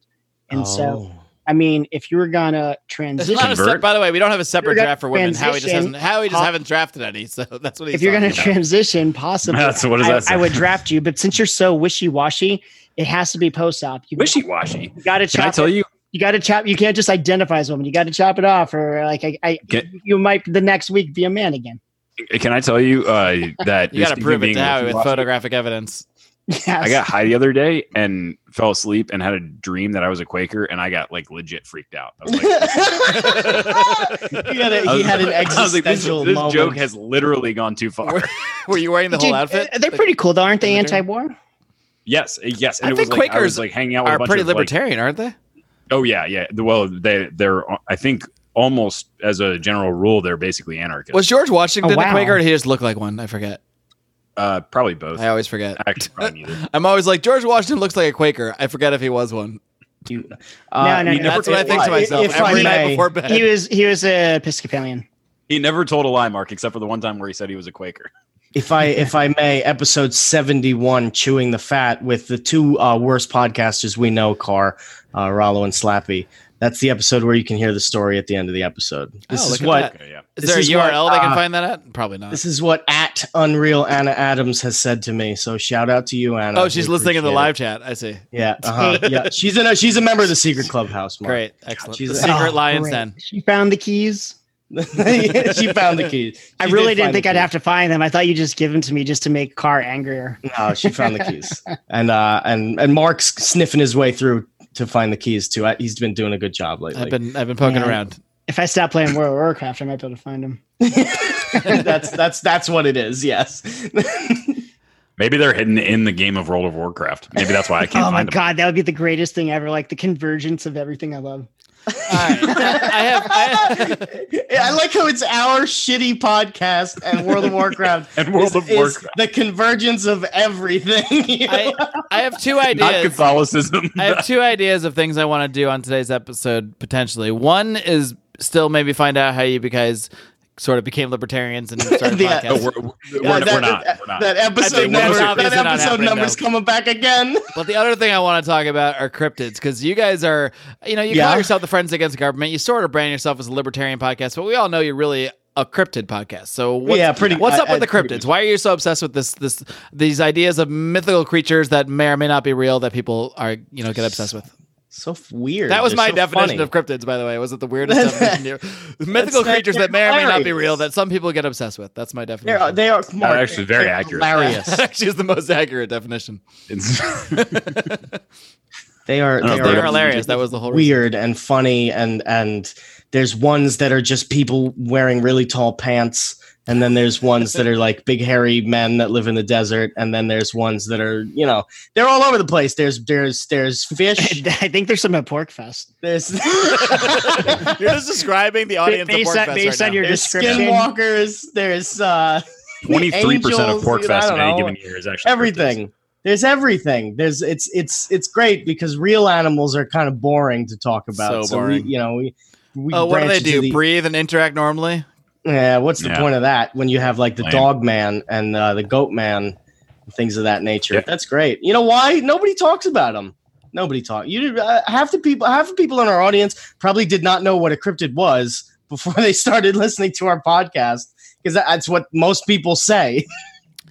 and so Oh. I mean, if you were gonna There's transition, not a Convert. sep- by the way, we don't have a separate You're gonna draft for women. Howie just transition. hasn't. Howie just Huh? haven't drafted any, so that's what he's. if you're talking going to about. transition, possibly, That's- what does I, that say? I would draft you. But since you're so wishy washy, it has to be post op. You, Wishy washy. you got to Can I chop. tell it. you? You got to chop. You can't just identify as a woman. You got to chop it off, or like I, I Can- you might the next week be a man again. Can I tell you uh, that You got to speaking prove of it being to Howie with wishy-washy, photographic evidence. Yes. I got high the other day and fell asleep and had a dream that I was a Quaker, and I got like legit freaked out. I was like, he had, a, he had an I was like, this, existential this moment. joke has literally gone too far. Were you wearing the Dude, whole outfit? uh, They're Like, pretty cool, though, aren't they? in the dream? Anti-war. yes, eh, yes. And I it think was like, I Quakers was like hanging out with a Are bunch pretty of, like, libertarian, aren't they? Oh yeah, yeah. Well, they they're I think almost as a general rule they're basically anarchists. Was George Washington Oh, wow. a Quaker, or did he just look like one? I forget. uh, probably both. I always forget. Actually, probably neither. I'm always like George Washington looks like a Quaker. I forget if he was one. You- No, uh, no, you no. never That's what I think to lie. myself If I every night may, before bed. He was he was a Episcopalian. He never told a lie, Mark, except for the one time where he said he was a Quaker. If I if I may, episode seventy one, chewing the fat with the two uh, worst podcasters we know, Car, uh, Rollo and Slappy. That's the episode where you can hear the story at the end of the episode. This Oh, is look at what that. Okay, yeah. Is this there a is what, URL they can Ah. uh, find that at? Probably not. this is what at Unreal Anna Adams has said to me. So shout out to you, Anna. Oh, she's We listening in the appreciate live chat. I see. it. Yeah, uh-huh, yeah. She's in a she's a member of the secret clubhouse. Mark. Great, excellent. she's The a- secret Oh, lions Great. den. She found the keys. she found the keys. She I really did didn't find the think I'd keys. have to find them. I thought you just give them to me just to make Carr angrier. No, she found the keys, and uh, and and Mark's sniffing his way through to find the keys too. I, he's been doing a good job lately. I've been I've been poking Yeah. around. If I stop playing World of Warcraft, I might be able to find them. that's that's that's what it is. Yes. Maybe they're hidden in the game of World of Warcraft. Maybe that's why I can't Oh my find them. god, that would be the greatest thing ever! Like the convergence of everything I love. All right. I have. I have I like how it's our shitty podcast and World of Warcraft. And World is- of is Warcraft. the convergence of everything. you know? I, I have two Not ideas. Catholicism. I have two ideas of things I want to do on today's episode potentially. One is still maybe find out how you guys sort of became libertarians and started Yeah. No, podcasts. we're, we're, Yeah, we're that- not. that- We're not. That episode think that number. was That obviously not episode happening, number's though. coming back again. But the other thing I want to talk about are cryptids because you guys are, you know, you Yeah. call yourself the Friends Against Government. You sort of brand yourself as a libertarian podcast, but we all know you're really a cryptid podcast. So what's, Yeah, pretty- What's I- up with I- the cryptids? Why are you so obsessed with this? This these ideas of mythical creatures that may or may not be real that people are you know get obsessed with. So f- weird. That was They're my so definition funny. of cryptids, by the way. Was it the weirdest definition? here? Mythical not- creatures they're that may or may not be hilarious. real that some people get obsessed with. That's my They definition. are. They are Mark, That's Uh, actually very they're accurate. Hilarious. that actually is the most accurate definition. It's, they are. don't They know are if They're hilarious. That was the whole reason. weird and funny and and there's ones that are just people wearing really tall pants and then there's ones that are like big hairy men that live in the desert and then there's ones that are you know they're all over the place there's there's there's fish I think there's some at Pork Fest. there's You're just describing the audience. of based Porkfest on, based right on now. your there's description, skinwalkers there's uh Twenty-three percent of Angels, pork dude, I fest in don't any know. given year is actually everything there's everything there's it's it's it's great because real animals are kind of boring to talk about So we- boring. you know we, we Oh, what do they branch into do? the- Breathe and interact normally. Yeah, what's the Yeah. point of that when you have like the Lame. dog man and uh, the goat man, things of that nature? Yeah. That's great. You know why? Nobody talks about them. Nobody talk. You did- uh, half the people, half the people in our audience probably did not know what a cryptid was before they started listening to our podcast because that's what most people say.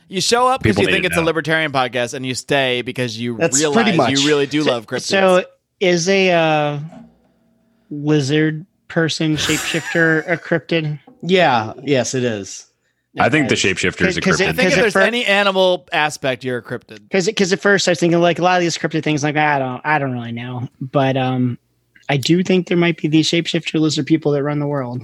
You show up because People you need think to it's a know. libertarian podcast, and you stay because you That's pretty realize much. you really do love cryptids. So is a uh, lizard person shapeshifter a cryptid? Yeah, yes, it is. I think the shapeshifter is a Because it- I cryptid. think if it there's fir- any animal aspect, you're a cryptid. Because because at first I was thinking like a lot of these cryptid things like I don't I don't really know, but um I do think there might be these shapeshifter lizard people that run the world.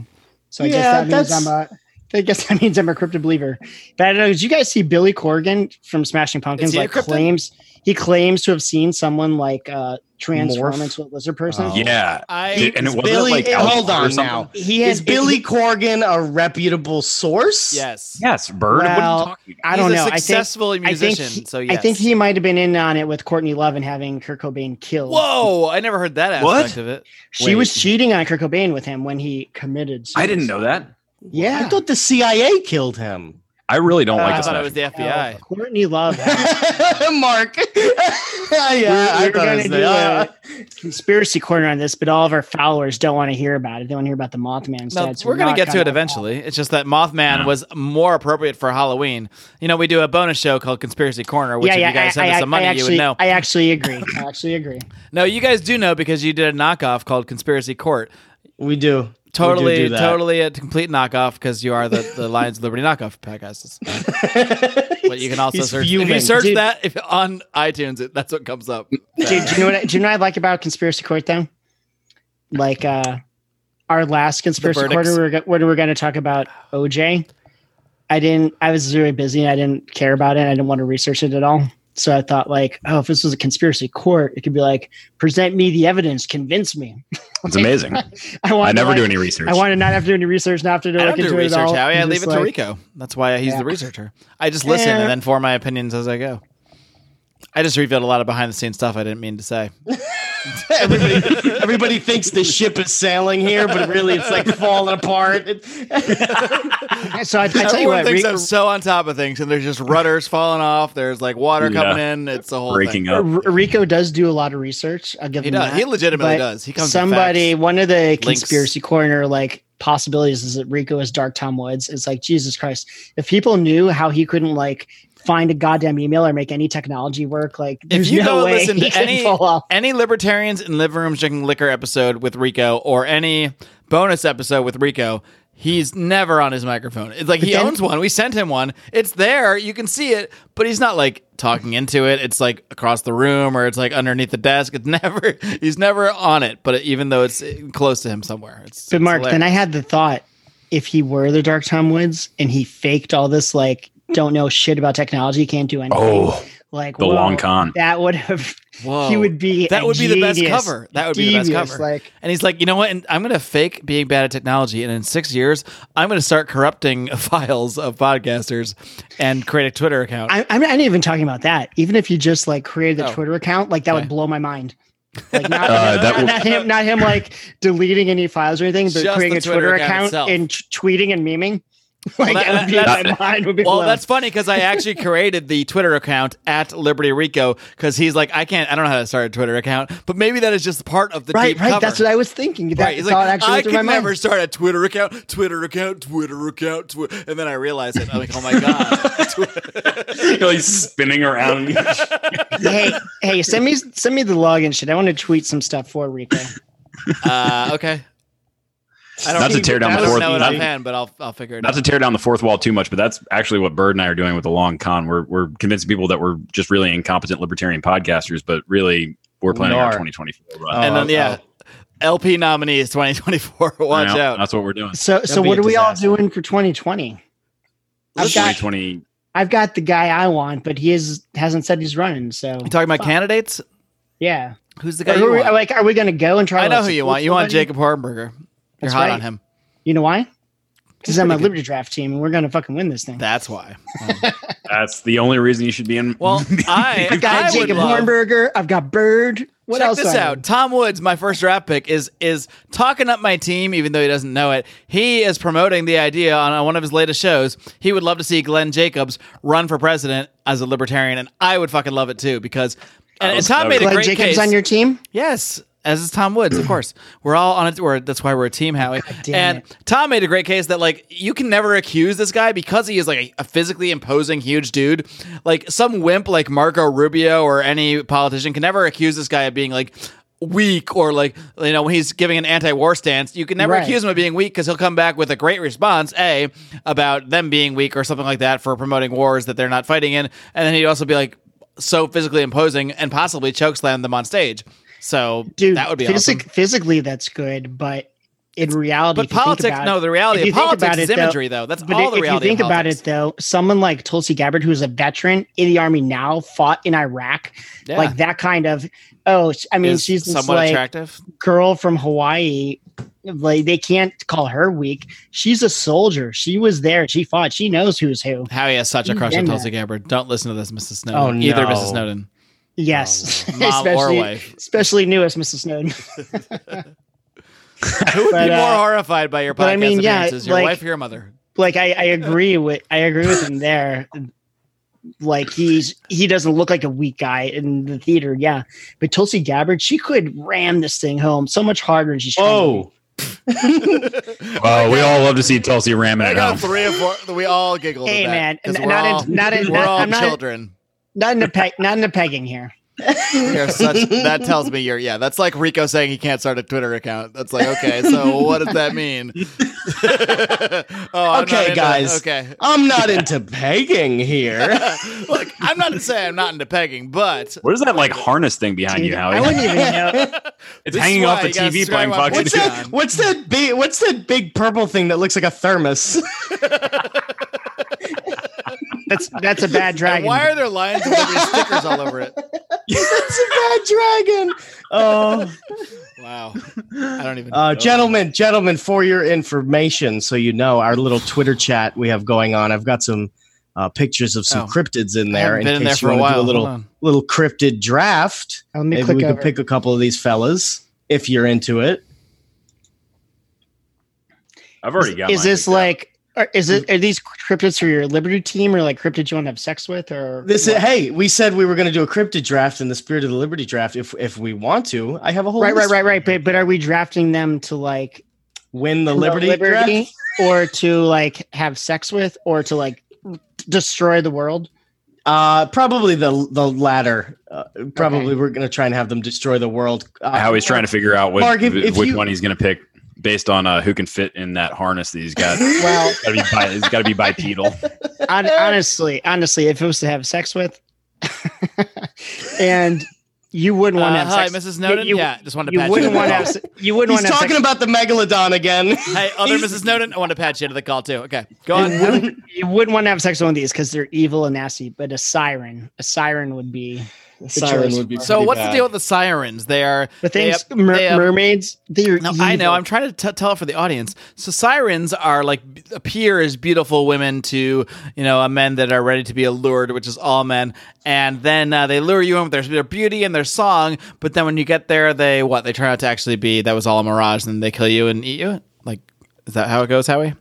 So I Yeah, guess that means that's- I'm a I guess that means I'm a cryptid believer. But I don't know. Did you guys see Billy Corgan from Smashing Pumpkins? he a Like cryptid? claims he claims to have seen someone like uh transform Morph? into a lizard person. Oh. Yeah, I Dude, and it wasn't Billy, like Alpha hold or on something? now. He Is had- Billy Corgan a reputable source? yes. Yes, bird. what are Well, you talking about? I don't He's know. A I think successful I think musician. he- so yes. I think he might have been in on it with Courtney Love and having Kurt Cobain killed. Whoa! I never heard that aspect What? of it. She Wait. was cheating on Kurt Cobain with him when he committed. I didn't suicide. know that. Yeah, I thought the CIA killed him. I really don't Uh, like I this. thought it was the FBI. Oh, Courtney Love had Mark. yeah, we I were thought gonna it was do the- a- uh, conspiracy corner on this, but all of our followers don't want to hear about it. They want to hear about the Mothman instead. No, so we're gonna not get to it gonna- eventually. It's just that Mothman Yeah. was more appropriate for Halloween. You know, we do a bonus show called Conspiracy Corner, which yeah, if yeah. you guys I, send I, us some money, I actually, you would know. I actually agree. I actually agree. no, you guys do know because you did a knockoff called Conspiracy Court. we do. We do Totally, do that. totally a complete knockoff because you are the, the Lions of Liberty knockoff podcast. But you can also He's search if you fuming. search Dude. that if, on iTunes, it, that's what comes up. Dude, do you know what? I, do you know what I like about conspiracy court though? Like uh, our last conspiracy verdicts. court, we were go- when we were going to talk about OJ. I didn't. I was really busy. and I didn't care about it. I didn't want to research it at all. So I thought, like, oh, if this was a conspiracy court, it could be like, present me the evidence, convince me. It's amazing. I want. I never like, do any research. I want to not have to do any research, not have to do, I like, don't do into it at research, all. Howie. I I'm leave it just to like- Rico. That's why he's Yeah. the researcher. I just listen Yeah. and then form my opinions as I go. I just revealed a lot of behind the scenes stuff I didn't mean to say. everybody, everybody thinks the ship is sailing here, but really it's like falling apart. So I, I tell you Everyone what, thinks Rico, I'm so on top of things, and there's just rudders falling off. There's like water Yeah. coming in. It's a whole Breaking thing. up. R- Rico does do a lot of research. I'll give He him does. that. He legitimately But does. He comes with Somebody, facts. one of the Links. conspiracy corner like possibilities is that Rico is Dark Tom Woods. It's like Jesus Christ. If people knew how he couldn't like find a goddamn email or make any technology work, like there's you no go way listen he to could any- pull off. any libertarians in living rooms drinking liquor episode with Rico or any bonus episode with Rico, he's never on his microphone. It's like he then- owns one. We sent him one. It's there. You can see it, but he's not like talking into it. It's like across the room or it's like underneath the desk. It's never he's never on it, but even though it's eh, close to him somewhere. It's But Mark, then I had the thought if he were the Dark Tom Woods and he faked all this like don't know shit about technology, can't do anything. Oh, like the whoa, long con. That would have Whoa. he would be That a would be the best genius. cover. That would be the best Devious, cover. Like And he's like, you know what? And I'm going to fake being bad at technology, and in six years, I'm going to start corrupting files of podcasters and create a Twitter account. I, I'm not even talking about that. Even if you just like created the Oh. Twitter account, like that Okay. would blow my mind. Like not, Uh, that not, would- not him, not him like deleting any files or anything, but Just creating the a Twitter Twitter account account itself. and t- tweeting and memeing. Like, that- that, would be, that- my mind would be Well, blown. that's funny because I actually created the Twitter account at Liberty Rico because he's like, I can't, I don't know how to start a Twitter account, but maybe that is just part of the right, deep right. cover. That's what I was thinking. That's Right, he's how it like, actually I went through my could mind. never start a Twitter account, Twitter account, Twitter account, twi-. and then I realized it. I'm like, oh my god, You're like spinning around. hey, hey, send me send me the login shit. I want to tweet some stuff for Rico. uh, okay. I don't, Not to tear down I the don't fourth- know it not- offhand, but I'll I'll figure it out. Not to tear down the fourth wall too much, but that's actually what Bird and I are doing with the long con. We're we're convincing people that we're just really incompetent libertarian podcasters, but really we're planning We our are. 2024 run. Oh, and then oh. yeah, LP nominees 2024. Watch You know, out. That's what we're doing. So, so be what a are we all disaster. doing for 2020? I've got 2020. I've got the guy I want, but he is hasn't said he's running. So You talking about candidates? yeah, Who's the guy Like, you are we, oh, want? like, are we gonna go and try? I to, know like, who you support want. You want somebody? Jacob Hornberger. You're That's hot right. on him. You know why? Because He's I'm a pretty good. Liberty Draft team, and we're gonna fucking win this thing. That's why. That's the only reason you should be in. Well, I, I've got I would Jacob love- Hornberger. I've got Bird. What Check else? this do I out. have? Tom Woods, my first draft pick, is is talking up my team, even though he doesn't know it. He is promoting the idea on one of his latest shows. He would love to see Glenn Jacobs run for president as a libertarian, and I would fucking love it too because. And, and Tom made a Glenn great Glenn Jacobs case. on your team. Yes, as is Tom Woods, of course. We're all on it. We're, that's why we're a team, Howie. damn And Tom made a great case that like you can never accuse this guy because he is like a, a physically imposing, huge dude. Like some wimp like Marco Rubio or any politician can never accuse this guy of being like weak or like you know when he's giving an anti-war stance you can never Right. accuse him of being weak because he'll come back with a great response a about them being weak or something like that for promoting wars that they're not fighting in and then he'd also be like so physically imposing and possibly chokeslam them on stage so Dude, that would be physic- awesome. physically that's good, but in reality, But if you think politics, about it- no, the if reality you of think politics about is it, though- imagery, though. That's But all i- the if you reality. think of about it, politics. though, someone like Tulsi Gabbard, who's a veteran in the army now, fought in Iraq, Yeah. like that kind of. Oh, sh- I mean, Is she's this somewhat like attractive. girl from Hawaii. Like they can't call her weak. She's a soldier. She was there. She fought. She knows who's who. Howie has such a crush on Mm, Yeah. Tulsi Gabbard. Don't listen to this, Mrs. Snowden. Oh, Either no. Mrs. Snowden. Yes, Oh, Mom or especially wife. especially newest Mrs. Snowden. Who would But, be more uh, horrified by your podcast but I mean, yeah, appearances, your like- wife or your mother? like I, I agree with I agree with him there. Like he's he doesn't look like a weak guy in the theater, yeah. But Tulsi Gabbard, she could ram this thing home so much harder. than She's trying to do. Oh, Oh, we all love to see Tulsi ramming I at got home. three or four. We all giggled. Hey, at that, man, 'cause n- we're not in- all- not in- We're not- all I'm not- children. not in the peg, not in the pegging here. We are such- that tells me you're yeah. That's like Rico saying he can't start a Twitter account. That's like okay. So what does that mean? oh, I'm Okay, not into that. guys. Okay, I'm not into pegging here. look, I'm not saying I'm not into pegging, but What is that like harness thing behind Dude, you, I Howie? wouldn't even know. This It's hanging is off why the you gotta TV subscribe playing on Fox. What's Yeah. that? What's that big? What's that big purple thing that looks like a thermos? That's that's a bad and dragon. why are there lions with little stickers all over it? That's a bad dragon. Oh, Wow, I don't even. uh, know. gentlemen, gentlemen, for your information, so you know our little Twitter chat we have going on. I've got some uh, pictures of some Oh. cryptids in I there haven't in been case in there for a you want while. to do a Hold little on. little cryptid draft. Let me Maybe click we over. could pick a couple of these fellas if you're into it. I've already got. is mine this picked out. like? Are, is it are these cryptids for your Liberty team or like cryptids you want to have sex with or This is, hey, we said we were going to do a cryptid draft in the spirit of the Liberty draft. If if we want to, I have a whole right right list. right right but but are we drafting them to like Win the promote Liberty, draft. or to like have sex with or to like destroy the world Uh, probably the the latter. Uh, probably we're going to try and have them destroy the world. Uh, Howie's trying to figure out what, Mark, if- if which you- one he's going to pick based on uh, who can fit in that harness that he's got. well Gotta be bi- it's got to be bipedal. hon- honestly honestly if it was to have sex with and you wouldn't want to Uh, have hi, sex Mrs. Snowden. you- yeah, just wanted to you pat wouldn't you want to on the have se- you wouldn't He's want to have talking sex about the megalodon again. call. Hey, other He's- Mrs. Snowden, I want to pat you into the call too. Okay, go you on. wouldn't, you wouldn't want to have sex with one of these because they're evil and nasty but a siren a siren would be choice. be. So pretty what's the bad. deal with the sirens? They are the they things up- mer- they up- mermaids they're No, I know. evil. I'm trying to t- tell it for the audience. So sirens are like b- appear as beautiful women to you know men that are ready to be allured, which is all men. And then uh, they lure you in with their, their beauty and their song. But then when you get there, they what they turn out to actually be that was all a mirage. And they kill you and eat you. Like is that how it goes, Howie?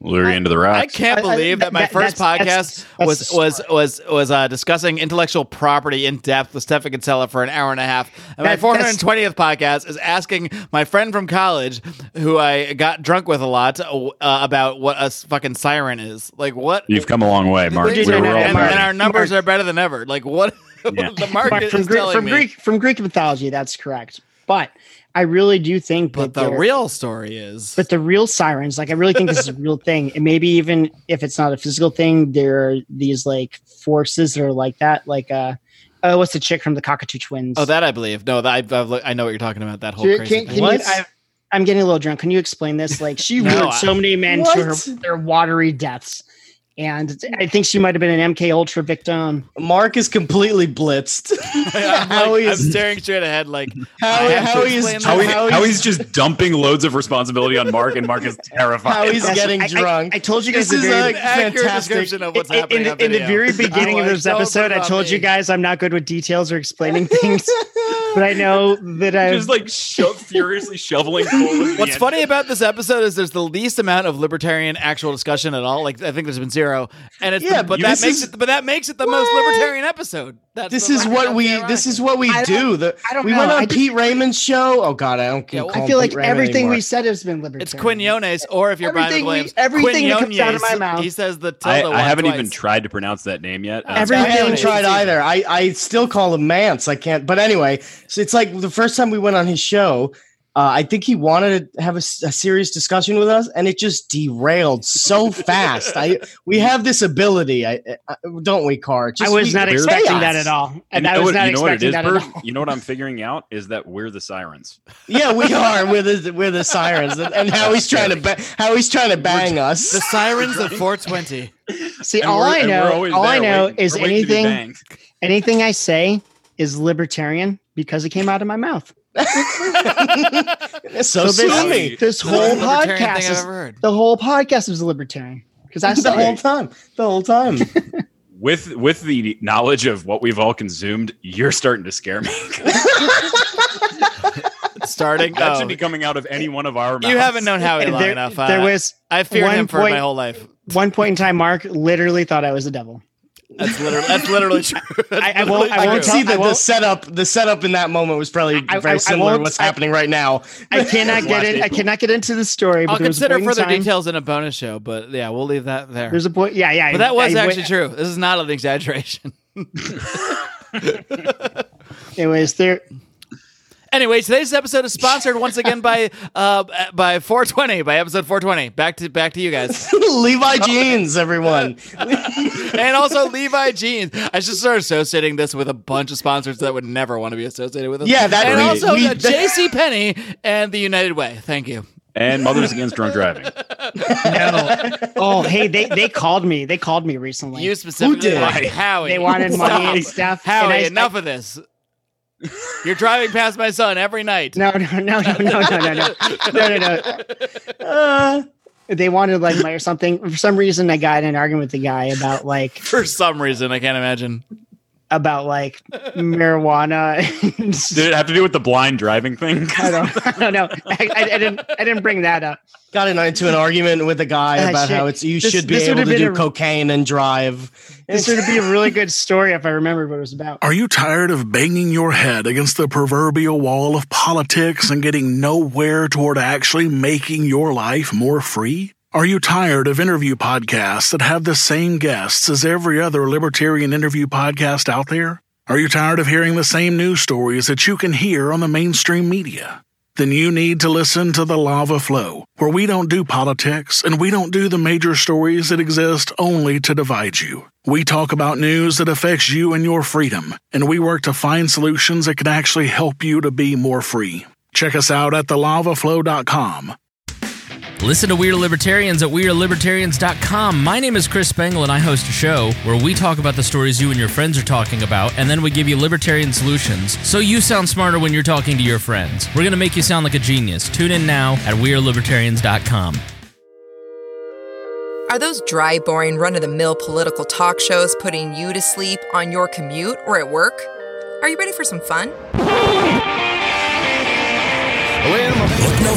Lure you into the I rocks. can't I- I- believe that my that- first that's- podcast that's- that's was, the was was was uh, discussing intellectual property in depth with Stefan Kinsella for an hour and a half. And my That- that's- 420th podcast is asking my friend from college, who I got drunk with a lot, uh, about what a s- fucking siren is. Like what? You've come a long way, Mark. and, We were all and married. our numbers are better than ever. Like what? Yeah. the market But from, is Greek, telling from me. Greek from Greek mythology, that's correct. But I really do think but that the there- real story is. but the real sirens, like I really think this is a real thing. And maybe even if it's not a physical thing, there are these like forces that are like that, like uh oh, what's the chick from the cockatoo twins? oh, that I believe. No, that I've, I've, I know what you're talking about. That whole Can- crazy can- thing. can you- What? I- I'm getting a little drunk. Can you explain this? Like she No, lured I- so many men to her, What? their watery deaths. And I think she might have been an MK Ultra victim. Mark is completely blitzed. I'm, like- How I'm is staring straight ahead. Like I have how, to how he's explain How, that. he- how he's just dumping loads of responsibility on Mark, and Mark is terrified. how he's That's- getting I- I- drunk. I, told you guys This the is very- like accurate fantastic. description of what's in, in- happening in on the- in the video. very beginning I'm of like, this "Don't episode, I put it on told you me." guys I'm not good with details or explaining things, but I know that I just like sho- furiously shoveling coal. into the What's end. funny about this episode is there's the least amount of libertarian actual discussion at all. Like I think there's been zero, and it's Yeah, but you- that this makes is- it but that makes it the most What? libertarian episode. That's this the- is what that's we ironic. this is what we I don't- do. The, I don't we know. went on I just- Pete Raymond's show. Oh god, I don't. keep I calling feel like Pete Raymond everything anymore. we said has been libertarian. It's Quinones, or if you're Brian Everything we- Williams, everything that comes out of my Quinones. mouth. He says the tilde I, I one haven't twice. even tried to pronounce that name yet. Uh, Every- I haven't Everything. tried either. I, I still call him Mance. I can't. But anyway, so it's like the first time we went on his show. Uh, I think he wanted to have a, s- a serious discussion with us, and it just derailed so fast. I we have this ability, I, I don't we, Car? I was not weird. expecting chaos. that at all, you and know I was what- not you know what it expecting is, that Bert? at all. You know what I'm figuring out is that we're the sirens. Yeah, we are. We're the we're the sirens, and, and how he's trying to ba- how he's trying to bang the us. sirens of 420. See, And all we're- I and we're know, always all I there know waiting- is we're waiting to be anything banged. anything I say is libertarian because it came out of my mouth. so So sue basically- me This That's the whole libertarian thing podcast I've is ever heard. the whole podcast is libertarian because that's the the whole whole. time. The whole time. With with the knowledge of what we've all consumed, you're starting to scare me. Starting. that oh, should be coming out of any one of our mouths. you haven't known Howie long There, enough. there uh, was I feared one him for point- my whole life. one point in time Mark literally thought I was the devil. That's literally that's literally true. That's I- I won't- literally I I true. can won't tell- see that the won't- setup the setup in that moment was probably I- I- very I similar to won't- what's I- happening right now. I cannot Last get it. I April. cannot get into the story. But I'll there was a consider point in further time- details in a bonus show, but yeah, we'll leave that there. There's a point. Yeah, yeah. but that was I- I- actually true. This is not an exaggeration. Anyways, there. Anyway, today's episode is sponsored once again by uh by 420, by episode 420. Back to back to you guys, Levi jeans, everyone. and also Levi Jeans. I should start associating this with a bunch of sponsors that would never want to be associated with us. Yeah, that- and we- also we- the J.C. Penney and the United Way. Thank you. And mothers against drunk driving. No. oh, hey, they they called me. They called me recently. You specifically, did? like, Howie. they wanted money and Stop. stuff. and Howie, I- I- enough of this. You're driving past my son every night. No, no, no, no, no, no, no, no, no, no, no. Uh, they wanted like my or something. For some reason, I got in an argument with the guy about like For some reason, I can't imagine. about like marijuana. Did it have to do with the blind driving thing? I don't, I don't know. I, I, I didn't. I didn't bring that up. Got in- into an argument with a guy Ah, about shit. how it's you This- should be this able would've to been do a- cocaine and drive. This would be a really good story if I remembered what it was about. Are you tired of banging your head against the proverbial wall of politics and getting nowhere toward actually making your life more free? Are you tired of interview podcasts that have the same guests as every other libertarian interview podcast out there? Are you tired of hearing the same news stories that you can hear on the mainstream media? then you need to listen to The Lava Flow, where we don't do politics and we don't do the major stories that exist only to divide you. We talk about news that affects you and your freedom, and we work to find solutions that can actually help you to be more free. Check us out at thelavaflow.com. Listen to We Are Libertarians at WeareLibertarians.com. My name is Chris Spangle, and I host a show where we talk about the stories you and your friends are talking about, and then we give you libertarian solutions so you sound smarter when you're talking to your friends. We're going to make you sound like a genius. Tune in now at WeareLibertarians.com. Are those dry, boring, run of the mill political talk shows putting you to sleep on your commute or at work? Are you ready for some fun? Look no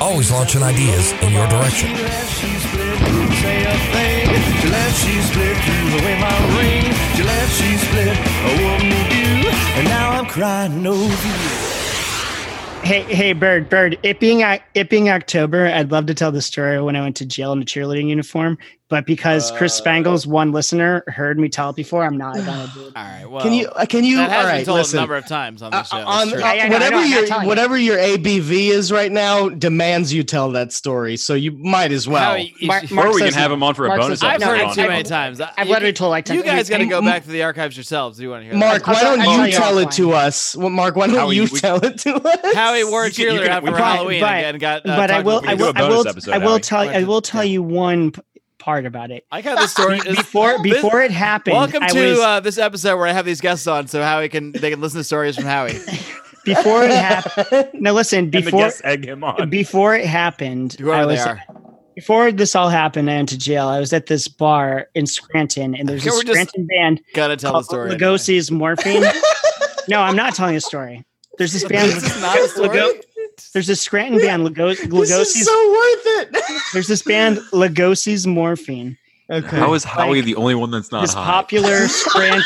Always launching ideas in your direction. She split, threw away my ring. She split, a woman you, and now I'm crying over you. Hey, hey, Bird, Bird. It being Oc- it being October, I'd love to tell the story when I went to jail in a cheerleading uniform, but because Chris Spangle's one listener heard me tell it before, I'm not gonna do it. All right. Well, Can you? uh, Can you? That has all been right, told listen. a number of times on the show. on It's true. uh, I know, I know, whatever I'm your telling you. whatever your ABV is right now demands you tell that story, so you might as well. How you- Mar- you- Mark or we can says- have him on for a Mark bonus says- I've episode. heard on it I've- too it. many I've- times. I- I've you literally can- told like ten- You guys got to and- go uh, and- back to the archives yourselves. Do you want to hear? Mark, I'll why tell- don't I'll you tell tell you it to us? Well, Mark, why don't Howie, you we- tell it to us? that? Howie wore You can- you cheerleader can- after we can- Halloween but- again. Got. Uh, but I talked will, about I We can the- will, do a I will, bonus episode, I will Howie. tell, I will tell you one p- part about it. I got the story is- Before, before it happened, Welcome I to was, uh, this episode where I have these guests on, so Howie can they can listen to stories from Howie. before it happened. No, listen, And the before guests egg him on. before it happened, I Whoever was they are. before this all happened. I went to jail. I was at this bar in Scranton, and there's Okay, a we're just- Scranton band Gotta tell the called story. anyway. Lugosi's Morphine. no, I'm not telling a story. There's this band. This is not a story. There's this Scranton band. Lugo- This Lugosi's. is so worth it. there's this band. Lugosi's Morphine. okay. How is Howie the only one that's not This hot? popular Scranton.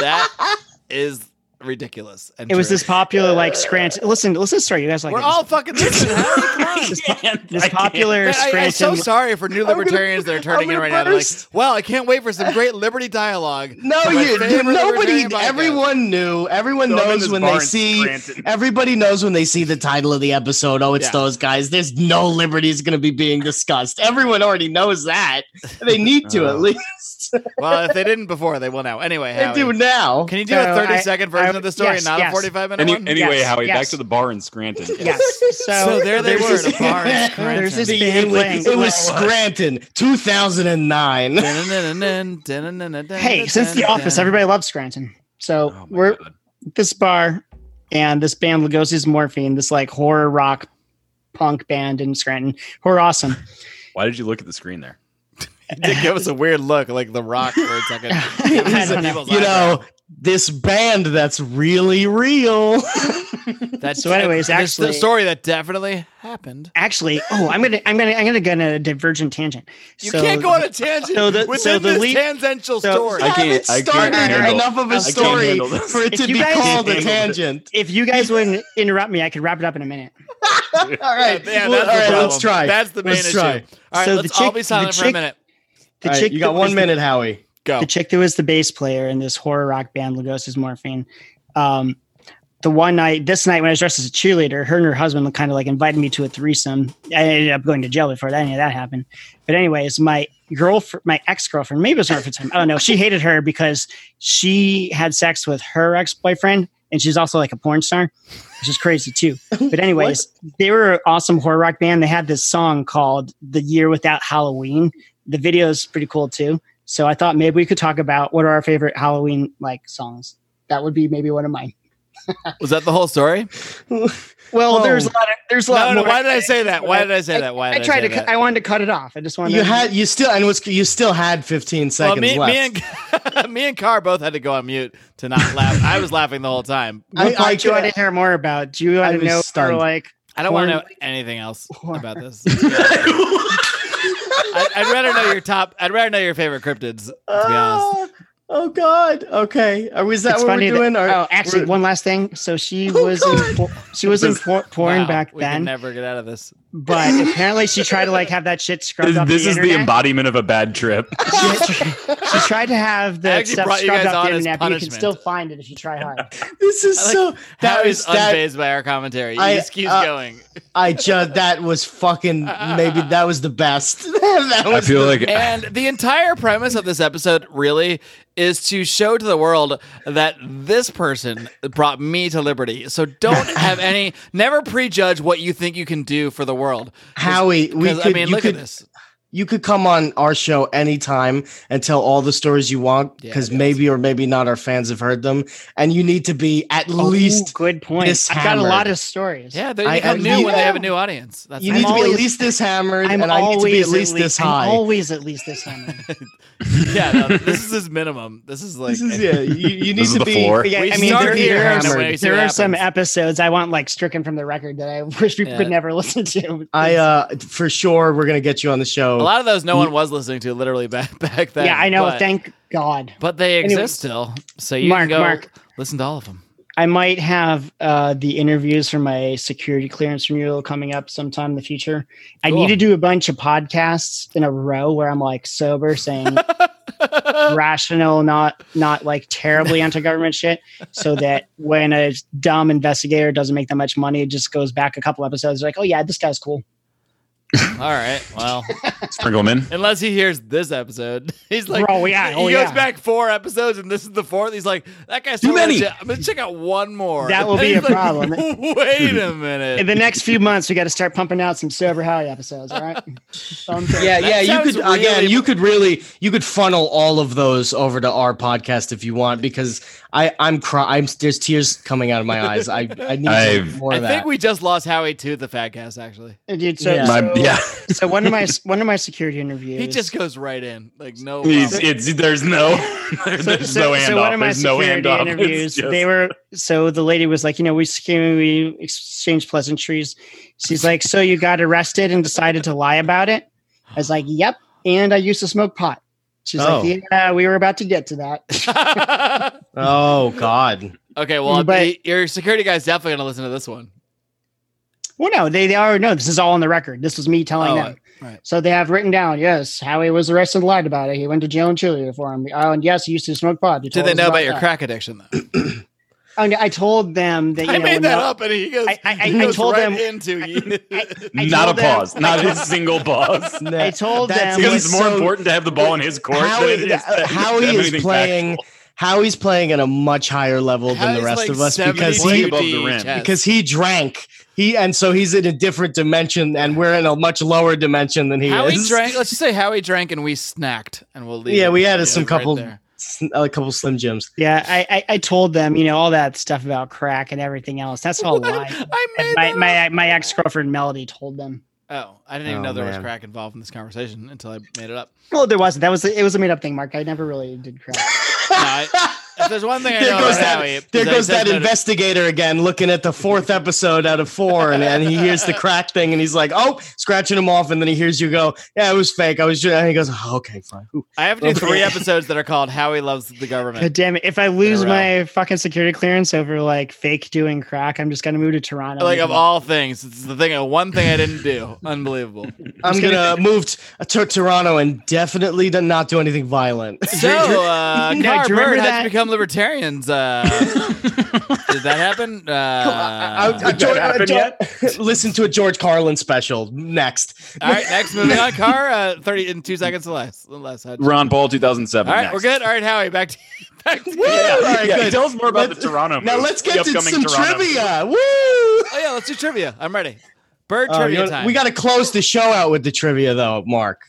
That is ridiculous. And It was true. this popular like Scranton. Listen, listen, to the story. You guys like We're it. all fucking listening. Howie, come on. this, this popular Man, I, am so Scranton. sorry for new libertarians that are turning in gonna right now. They're like, burst. well, I can't wait for some great liberty dialogue. No, from my you, favorite nobody. libertarian podcast." Everyone knew. Everyone uh, Throw him in knows this when bar they and see. rant it. Everybody knows when they see the title of the episode. Oh, it's Yeah. those guys. There's no liberties going to be being discussed. Everyone already knows that. They need to at Oh. least. Well, if they didn't before, they will now. Anyway, they Howie, do now. can you do So a I- thirty-second version I- of the story yes, and not yes. a forty-five minute Any, one? anyway, Yes, Howie, yes. back to the bar in Scranton. Yes. So, so there they there's were in this- a bar in There's this Scranton. band it was, playing. it was Scranton, 2009. Dun-dun-dun-dun, dun-dun-dun-dun, hey, since the dun-dun-dun. office, everybody loves Scranton. Oh So my we're God. this bar and this band Lugosi's Morphine, this like horror rock punk band in Scranton, who are awesome. Why did you look at the screen there? He did give us a weird look, like The Rock for a second. I don't know. you know, this band that's really real. That's So anyways, actually- the story that definitely happened. Actually, oh, I'm gonna, I'm gonna, I'm gonna go on a divergent tangent. You So- can't go on a tangent so the- within so the this lead- tangential so- story. I can't- Haven't I can't started handle- enough of a can't story handle this. for it to If you be guys- called a Can't handle this. tangent. If you guys wouldn't interrupt me, I could wrap it up in a minute. All right, Yeah, well, that's the all right, let's problem. try. That's the main Let's issue. try. All right, So let's the all chick- be silent the for a chick- minute. The All right, you that got was one the- minute, Howie. Go. the chick that was the bass player in this horror rock band Lugosi's Morphine. Um, the one night, this night when I was dressed as a cheerleader, her and her husband kind of like invited me to a threesome. I ended up going to jail before that, any of that happened. But anyways, my girlfriend, my ex girlfriend, maybe it was her for time. I don't know. She hated her because she had sex with her ex boyfriend, and she's also like a porn star, which is crazy too. But anyways, they were an awesome horror rock band. They had this song called "The Year Without Halloween." The video is pretty cool too. So I thought maybe we could talk about what are our favorite Halloween like songs. That would be maybe one of mine. Was that the whole story? Well, Whoa. there's a lot of there's a lot No, no, more. why did I say that? Why did I say that? Why I did I, tried say to. that? Cu- I wanted to cut it off. I just wanted. You to, had you still and was you still had 15 well, seconds me, left. me and me and Carr both had to go on mute to not laugh. I was laughing the whole time. What I- part I do you want to can't- hear more about? Do you I want to was know for stunned. like? I don't want to know Horror- anything else Horror. about this. I, I'd rather know your top. I'd rather know your favorite cryptids. To be honest, Ah, oh God. Okay. Are we is that it's what funny we're doing? that, Or- oh, actually, we're- one last thing. So she Oh, was in, God. por- she was in por- porn Wow, back we can then, never get out of this. but apparently she tried to like have that shit scrubbed This, off this the is internet. the embodiment of a bad trip. she tried to have I the actually stuff brought you scrubbed guys off on the as internet, but you can punishment. still find it if you try hard. this is I like so that Harry's was that unfazed by our commentary. He I- just keeps uh, going. I just that was fucking maybe that was the best. that was I feel like And the entire premise of this episode really is to show to the world that this person brought me to liberty. So don't have any, never prejudge what you think you can do for the world. 'Cause- Howie, we 'cause, could, I mean, you look could, at this. You could come on our show anytime and tell all the stories you want because maybe or maybe not our fans have heard them, and you need to be at least good point. This I've got a hammered. lot of stories. Yeah, they I- become I- new when they yeah. have a new audience. That's You need to be at least this hammered, and I need to be at least this high. I'm always at least this hammered. yeah, no, this is his minimum. This is like This is- yeah, you- you This need is to the be- floor. Yeah, We I mean, start there, here there are, and some, then we see there what are some happens. episodes I want like stricken from the record that I wish people Yeah. could never listen to. I uh for sure we're gonna get you on the show. A lot of those no one was listening to literally back back then. yeah, I know. but- thank God. but they Anyways. exist still. So you can Mark, go Mark. listen to all of them. I might have uh, the interviews for my security clearance renewal coming up sometime in the future. I Cool. need to do a bunch of podcasts in a row where I'm like sober, saying rational, not not like terribly anti-government shit, so that when a dumb investigator doesn't make that much money, it just goes back a couple episodes. Like, oh yeah, this guy's cool. All right. Well, Sprinkle them in. unless he hears this episode, he's like, Bro, yeah, he oh, goes yeah. back four episodes, and this is the fourth. He's like, that guy's too many. I'm gonna check out one more. That will And be he's a like, problem. Wait a minute. In the next few months, we got to start pumping out some sober Howie episodes. All right. Something. yeah, yeah, you sounds could again, really- you could really you could funnel all of those over to our podcast if you want because I I'm cry I'm there's tears coming out of my eyes. I I need I've- more I of that. think we just lost Howie to the fat cast. Actually, Dude, so, Yeah. so, My- yeah. so one of my one of my security interviews. he just goes right in, like no. It's, problem. it's there's no there's so, no so, handoff. so one of my there's no security handoff. It's interviews, just- they were so the lady was like, you know, we sc- we exchanged pleasantries. She's like, so you got arrested and decided to lie about it. I was like, yep, and I used to smoke pot. She's Oh. like, yeah, we were about to get to that. oh god. okay, well, But- your security guy's definitely gonna listen to this one. Well, no, they, they already know this is all on the record. This was me telling Oh, them. right. So they have written down, yes, Howie was arrested and lied about it. He went to jail in Chile for him. Oh, and yes, he used to smoke pot. You Did told they us know about your that. crack addiction though? Oh, no, I told them that you I know, made when that the- up, and he goes. I- I- he I goes told right them- into you. not a told them- pause. Not a single pause. I told That's them Because He's it's more so- important to have the ball in his court than Howie, it is to- Howie to have is anything playing Howie's playing at a much higher level than Howie's the rest like of us because 72 he above the DHS. rim. because he drank. He and so he's in a different dimension, and we're in a much lower dimension than he Howie is. drank. Let's just say Howie drank and we snacked, and we'll leave. Yeah, it. we had Yeah, some right couple, there. sn- a couple Slim Jims. Yeah, I, I I told them, you know, all that stuff about crack and everything else. That's all lies. I made my that my my ex girlfriend Melody told them. Oh, I didn't even Oh, know there was man. crack involved in this conversation until I made it up. Well, there wasn't. That was it was a made up thing, Mark. I never really did crack. No, I- if there's one thing I There know goes about that. Howie, it's there goes he says that no to- investigator again, looking at the fourth episode out of four, and, and he hears the crack thing, and he's like, "Oh," scratching him off, and then he hears you go, "Yeah, it was fake. I was." Just, and he goes, oh, "Okay, fine." Ooh. I have to do three episodes that are called "Howie Loves the God Government." damn it! If I lose row. my fucking security clearance over like fake doing crack, I'm just gonna move to Toronto. Like of all things, it's the thing. uh, One thing I didn't do. Unbelievable. I'm gonna move t- uh, to Toronto and definitely do- not do anything violent. So, uh, No, Cara do you remember Bird had that? to become libertarians. Uh, did that happen? Uh, I- I- George- I- George- listen to a George Carlin special next. all right, next moving on. Car uh, thirty in two seconds or less. Less. All back. Ron Paul 2007. right, next. we're good. All right, Howie, back to back to Woo! you. Oh, All right, Yeah, good. Tell us more about Let's- the Toronto. Now move, let's the get to upcoming some Toronto move. trivia. Woo! Oh yeah, let's do trivia. I'm ready. Bird Oh, trivia you know- time. We got to close the show out with the trivia, though, Mark.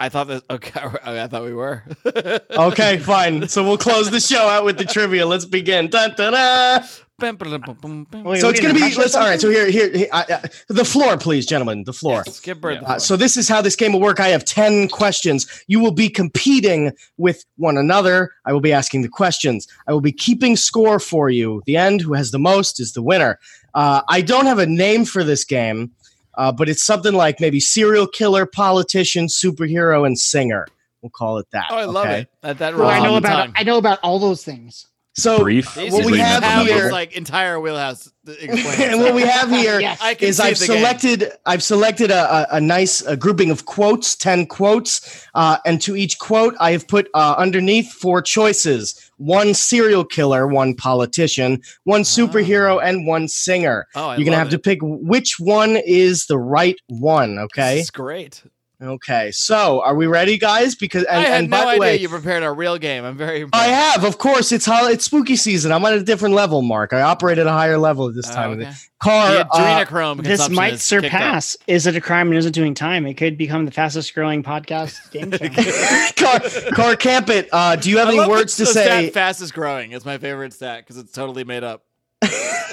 I thought that. Okay, okay, I thought we were. Okay, fine. So we'll close the show out with the trivia. Let's begin. Dun, dun, dun. Wait, So we it's didn't gonna be. rush Let's. it? All right. So here, here, here- I, I, the floor, please, gentlemen. The floor. Skip Bird. the Uh, floor. so this is how this game will work. I have 10 questions. You will be competing with one another. I will be asking the questions. I will be keeping score for you. The end, who has the most, is the winner. Uh, I don't have a name for this game, uh, but it's something like maybe serial killer, politician, superhero, and singer. We'll call it that. oh, I love okay? Um, it. That that Well, I rolls know off the about tongue. I know about all those things. So Brief. These what are we just have Howie's, here- like entire wheelhouse. to explain and what we have here Yes. I can is see I've the game. selected I've selected a, a, a nice a grouping of quotes, ten quotes, uh, and to each quote I have put uh, underneath four choices: one serial killer, one politician, one superhero, and one singer. Oh, Ah. I You're gonna love have to it. pick which one is the right one. Okay. This is great. Okay, so are we ready, guys? Because and, I had and no by idea the way, you prepared a real game. I'm very impressed. I have, of course. It's hol- it's spooky season. I'm on a different level, Mark. I operate at a higher level at this Oh, time of the car. uh, this might surpass. Is it a crime and is it doing time? It could become the fastest growing podcast game show. car, car camp it. Uh, do you have I any love words the, to the say? Stat fastest growing. It's my favorite stat because it's totally made up.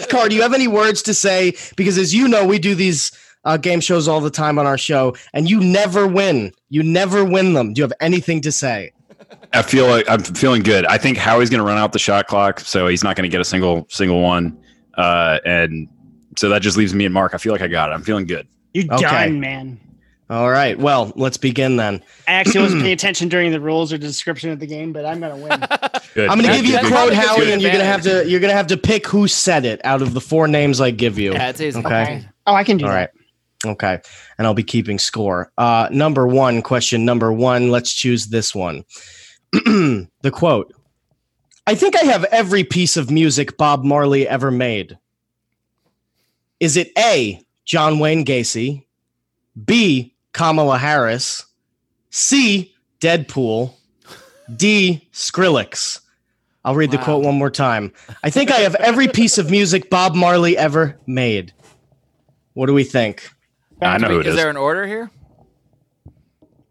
Car, do you have any words to say? Because as you know, we do these uh, game shows all the time on our show, and you never win. You never win them. Do you have anything to say? I feel like I'm feeling good. I think Howie's going to run out the shot clock, so he's not going to get a single single one. Uh, and so that just leaves me and Mark. I feel like I got it. I'm feeling good. You're Okay. done, man. All right. Well, let's begin then. I actually wasn't paying attention during the rules or description of the game, but I'm gonna win. I'm going to Good, give good, you a good, quote, good, Howie, good. and you're going to have to you're going to have to pick who said it out of the four names I give you. Yeah, it's easy. Okay. Oh, I can do All that. right. Okay. And I'll be keeping score. Uh, number one, question number one. Let's choose this one. the quote I think I have every piece of music Bob Marley ever made. Is it A, John Wayne Gacy, B, Kamala Harris, C, Deadpool, D, Skrillex? I'll read the quote one more time. I think I have every piece of music Bob Marley ever made. What do we think? I know is there an order here?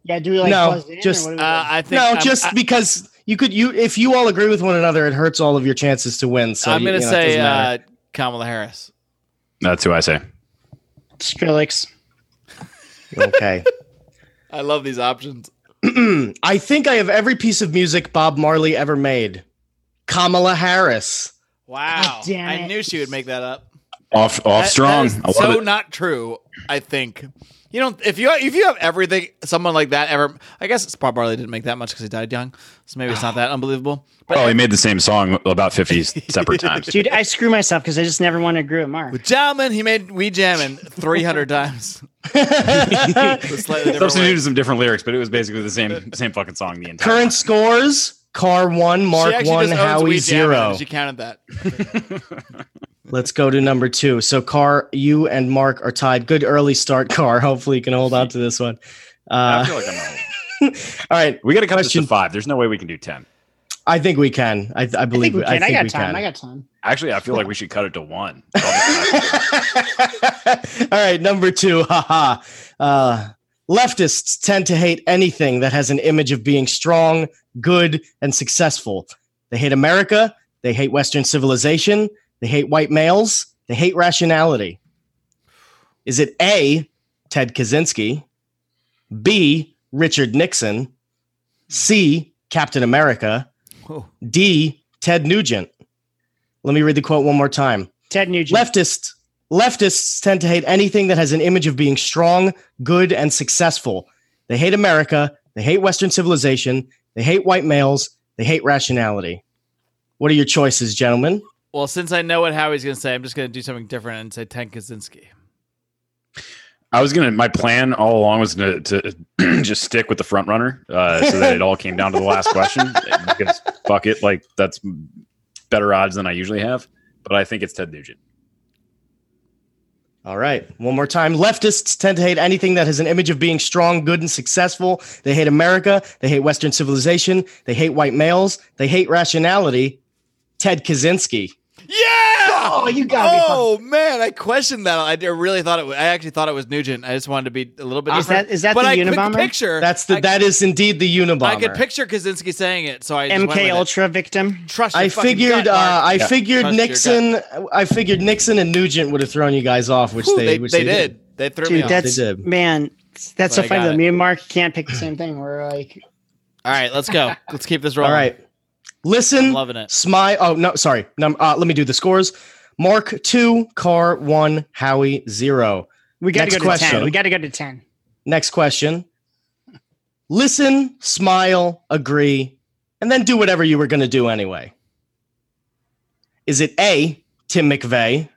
Yeah, do we like No, buzz in, or just- what do we Uh, do? I think no, I'm- just I- because you could you if you all agree with one another, it hurts all of your chances to win. So I'm you- going to you know, it say doesn't matter. uh, Kamala Harris. That's who I say. Skrillex. uh, okay. I love these options. I think I have every piece of music Bob Marley ever made. Kamala Harris. Wow. I knew she would make that up. Off That- off that strong. is I love so it. not true. I think you don't. If you if you have everything, someone like that ever. I guess it's Bob Marley didn't make that much because he died young, so maybe it's not that unbelievable. But oh, he made the same song about 50 separate times. Dude, I screw myself because I just never want to agree with Mark. jammin', he made we jammin' 300 times. It's slightly different way. Substituted some different lyrics, but it was basically the same same fucking song the entire. Current scores: Car one, She Mark actually one, just owns Howie We Jammin', zero. and She counted that. Let's go to number two. So, Car, you and Mark are tied. Good early start, Car. Hopefully, you can hold on to this one. Uh, I feel like I'm old. all right, we got to cut this to five. There's no way we can do ten. I think we can. I, I I think believe. we can. I, think got we time. can. I got time. Actually, I feel like we should cut it to one. All right, number two. Haha. Uh, leftists tend to hate anything that has an image of being strong, good, and successful. They hate America. They hate Western civilization. They hate white males. They hate rationality. Is it A, Ted Kaczynski? B, Richard Nixon? C, Captain America? D, Ted Nugent? Let me read the quote one more time. Ted Nugent. Leftists leftists tend to hate anything that has an image of being strong, good, and successful. They hate America. They hate Western civilization. They hate white males. They hate rationality. What are your choices, gentlemen? Well, since I know what Howie's going to say, I'm just going to do something different and say Ten Kaczynski. I was gonna. My plan all along was gonna, to just stick with the front runner, uh, so that it all came down to the last question. because fuck it, like that's better odds than I usually have. But I think it's Ted Nugent. All right. One more time. Leftists tend to hate anything that has an image of being strong, good, and successful. They hate America. They hate Western civilization. They hate white males. They hate rationality. Ted Kaczynski. Oh, you got me. Oh man, I questioned that. I really thought it. Was, I actually thought it was Nugent. I just wanted to be a little bit. Is different. that- is that but the I could Unabomber? Picture That's the, I- that is indeed the Unabomber. I could picture Kaczynski saying it, so I just went with MK it. Ultra victim. Trust. your I fucking figured. gut, Uh, Mark. I Yeah. figured Trust your Nixon. I figured Nixon and Nugent would have thrown you guys off, which Whew, they they- which they did. They threw me Dude, off. that's They did. man. That's But I so funny got though. it. Me and Mark can't pick the same thing. We're like, All right, let's go. Let's keep this rolling. All right. Listen. I'm loving it. Smile. Oh no, sorry. Num- uh, let me do the scores. Mark two, Car one, Howie zero. we got to Next go to question. ten. We got to go to ten. Next question. Listen, smile, agree, and then do whatever you were going to do anyway. Is it A, Tim McVeigh?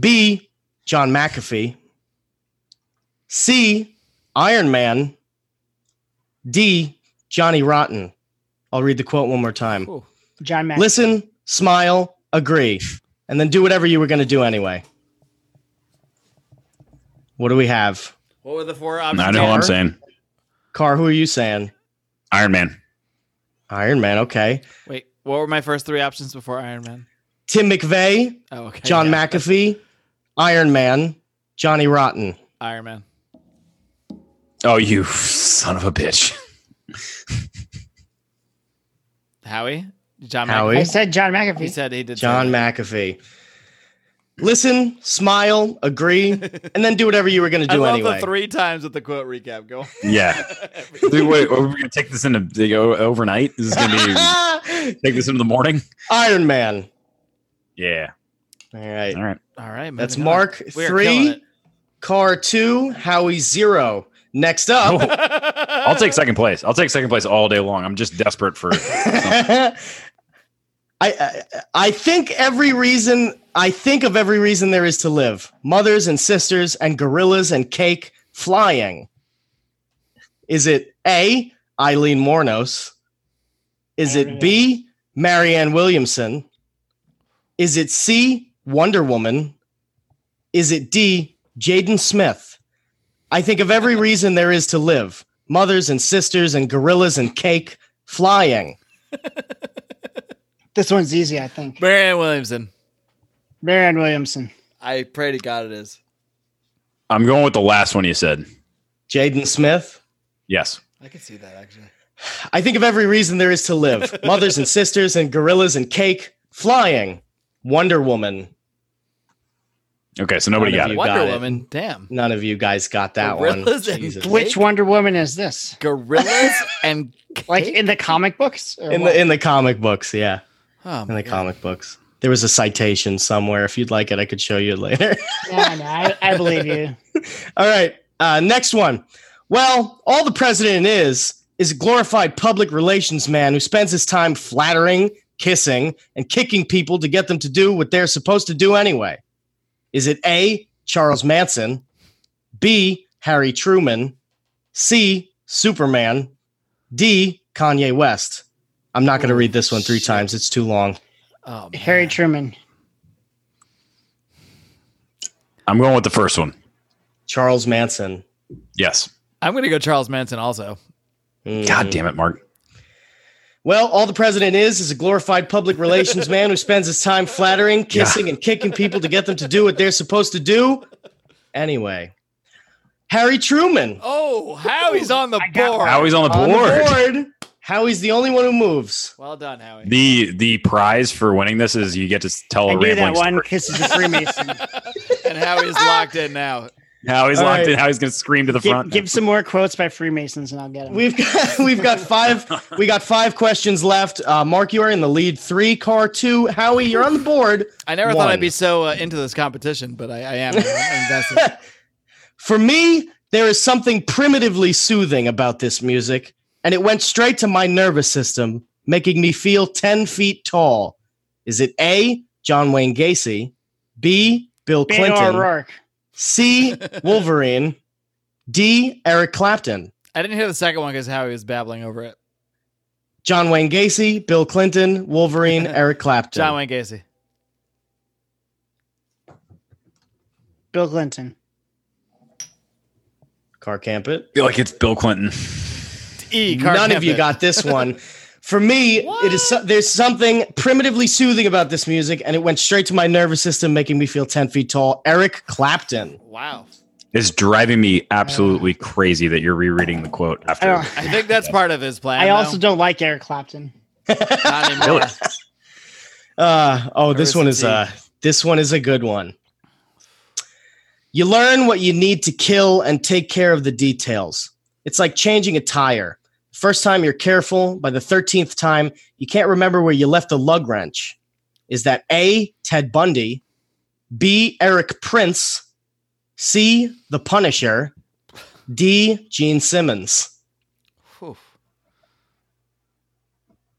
B, John McAfee? C, Iron Man? D, Johnny Rotten? I'll read the quote one more time. John Mack. Listen, smile, agree, and then do whatever you were going to do anyway. What do we have? What were the four I options? know what I'm saying. Car, who are you saying? Iron Man. Iron Man. Okay. Wait, what were my first three options before Iron Man? Tim McVeigh, Oh, okay. John yeah. McAfee, Iron Man, Johnny Rotten. Iron Man. Oh, you son of a bitch. Howie? John Howie? McAfee? I said John McAfee. He said he did. say John that. McAfee. Listen, smile, agree, and then do whatever you were going to I do love anyway. the three times with the quote recap. Go. on. Yeah. Dude, wait, are we going to take this into the, o- overnight? Is this going to be take this into the morning? Iron Man. Yeah. All right. All right. All right. That's moving on. Mark We are killing it. three, Car two, Howie zero. Next Oh. up, I'll take second place. I'll take second place all day long. I'm just desperate for. I, I I think every reason I think of every reason there is to live. Mothers and sisters and gorillas and cake flying. Is it A. Eileen Mornos? Is it B. Marianne Williamson? Is it C. Wonder Woman? Is it D. Jaden Smith? I think of every reason there is to live. Mothers and sisters and gorillas and cake flying. This one's easy, I think. Marianne Williamson. Marianne Williamson. I pray to God it is. I'm going with the last one you said. Jaden Smith. Yes. I can see that actually. I think of every reason there is to live. Mothers and sisters and gorillas and cake flying. Wonder Woman. Okay, so nobody None got of it. you Wonder got it. Woman. Damn. None of you guys got that Gorillas one. and Jesus. cake? Which Wonder Woman is this? Gorillas and Like in the comic books? or In what? the in the comic books, yeah. oh, In my the God. comic books. There was a citation somewhere. If you'd like it, I could show you it later. yeah, no, I, I believe you. All right. Uh, next one. Well, all the president is is a glorified public relations man who spends his time flattering, kissing, and kicking people to get them to do what they're supposed to do anyway. Is it A. Charles Manson, B. Harry Truman, C. Superman, D. Kanye West? I'm not going to read this one three times. It's too long. Oh, man. Harry Truman. I'm going with the first one. Charles Manson. Yes. I'm gonna go Charles Manson also. Hmm. God damn it, Mark. Well, all the president is is a glorified public relations man who spends his time flattering, kissing, and kicking people to get them to do what they're supposed to do. Anyway, Harry Truman Oh, Howie's on the board. Howie's on the on board. the board. Howie's the only one who moves. Well done, Howie. The the prize for winning this is you get to s- tell I a knew rambling that one story. because he's a Freemason. and Howie's locked in now. Howie's All locked right. in. Howie's going to scream to the give, front. give some more quotes by Freemasons and I'll get them. We've got we've got five we got five questions left. Uh, Mark, you are in the lead. Three, car two. Howie, you're on the board. I never thought One. I'd be so uh, into this competition, but I, I am I'm invested. For me, there is something primitively soothing about this music, and it went straight to my nervous system, making me feel 10 feet tall. Is it A, John Wayne Gacy, B, Bill Beto Clinton, O'Rourke. C, Wolverine, D, Eric Clapton? I didn't hear the second one because Howie was babbling over it. John Wayne Gacy, Bill Clinton, Wolverine, Eric Clapton. John Wayne Gacy. Bill Clinton. Car Camp It. I feel like it's Bill Clinton. E. Carl None of you Kempit. got this one. For me, it is so- there's something primitively soothing about this music, and it went straight to my nervous system, making me feel ten feet tall. Eric Clapton. Wow. It's driving me absolutely crazy that you're rereading the quote I after. don't. I think that's part of his plan. I though. also don't like Eric Clapton. not anymore. Uh, oh, this Nervous one is indeed. a this one is a good one. You learn what you need to kill and take care of the details. It's like changing a tire. First time you're careful, by the 13th time, you can't remember where you left the lug wrench. Is that A, Ted Bundy, B, Eric Prince, C, The Punisher, D, Gene Simmons? Whew.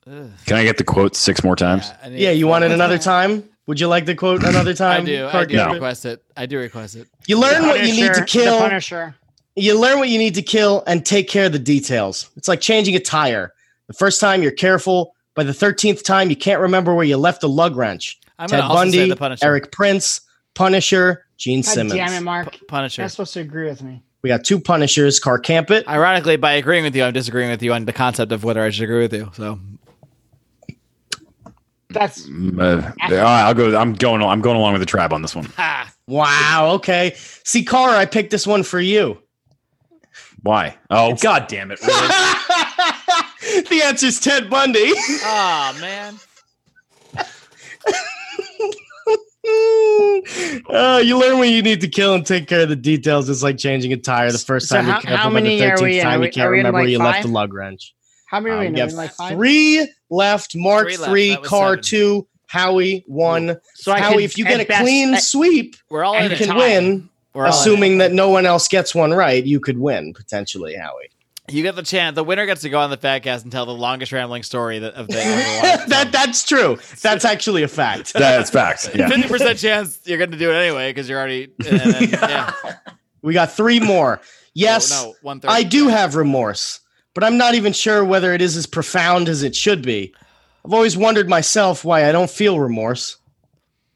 Ugh. Can I get the quote six more times? I need- Yeah, you want it another time? Would you like the quote another I time? do. I Clark do Gable? request it. I do request it. You learn what you need Punisher, to The kill. Punisher. you learn what you need to kill and take care of the details. It's like changing a tire. The first time you're careful, by the 13th time, you can't remember where you left the lug wrench. I'm Ted gonna also say Bundy, the Punisher. Eric Prince, Punisher, Gene God Simmons. damn it, Mark. Punisher. You're not supposed to agree with me. We got two Punishers, Carcampit. Ironically, by agreeing with you, I'm disagreeing with you on the concept of whether I should agree with you. So That's Mm, uh, all right, I'll go. I'm going. I'm going along with the tribe on this one. Wow. Okay. See, Car, I picked this one for you. Why? Oh, god damn it! really? The answer is Ted Bundy. Oh man. Uh, you learn when you need to kill and take care of the details. It's like changing a tire the first So time how- you're careful, how but the many are 13th we in? Are time we- you can't are we in, remember like, where you left five? the lug wrench. How many are we Uh, in? we Are have we in, like five? three left. Mark Three three, left. That was Car seven. two, Howie one. So I Howie, could- if you get at a best- clean at- sweep, We're all in you a can tie. win. We're all in assuming that no one else gets one right, you could win potentially, Howie. You get the chance. The winner gets to go on the Fatcast and tell the longest rambling story that, of the. Ever that that's true. That's actually a fact. That's facts. Yeah. Fifty percent chance you're going to do it anyway because you're already. And then, yeah. We got three more. Yes, Oh, no, one third. I do have remorse, but I'm not even sure whether it is as profound as it should be. I've always wondered myself why I don't feel remorse.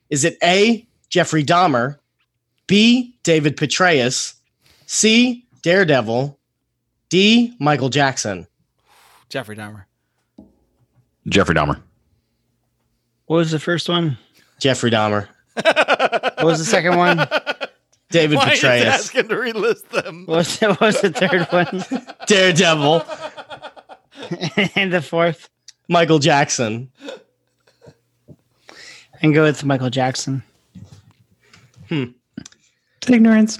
Is it A, Jeffrey Dahmer, B, David Petraeus, C, Daredevil, D, Michael Jackson? Jeffrey Dahmer. Jeffrey Dahmer. What was the first one? Jeffrey Dahmer, What was the second one? What David Why is he Petraeus, asking to relist them? was the, what was the third one? Daredevil, and the fourth? Michael Jackson. And go with Michael Jackson. Ignorance.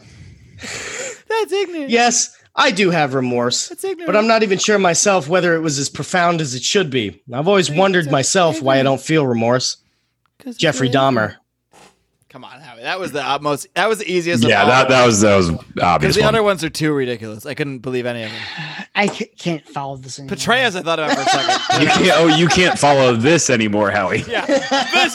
That's ignorant. Yes, I do have remorse, ignorant. but I'm not even sure myself whether it was as profound as it should be. I've always wondered myself why I don't feel remorse. Jeffrey Dahmer. Come on, Howie. That was the utmost. That was the easiest. Yeah, of that that was that was Because obvious. the one. other ones are too ridiculous. I couldn't believe any of them. I c- can't follow this anymore. Petraeus, I thought about for a second. You can't, oh, you can't follow this anymore, Howie. This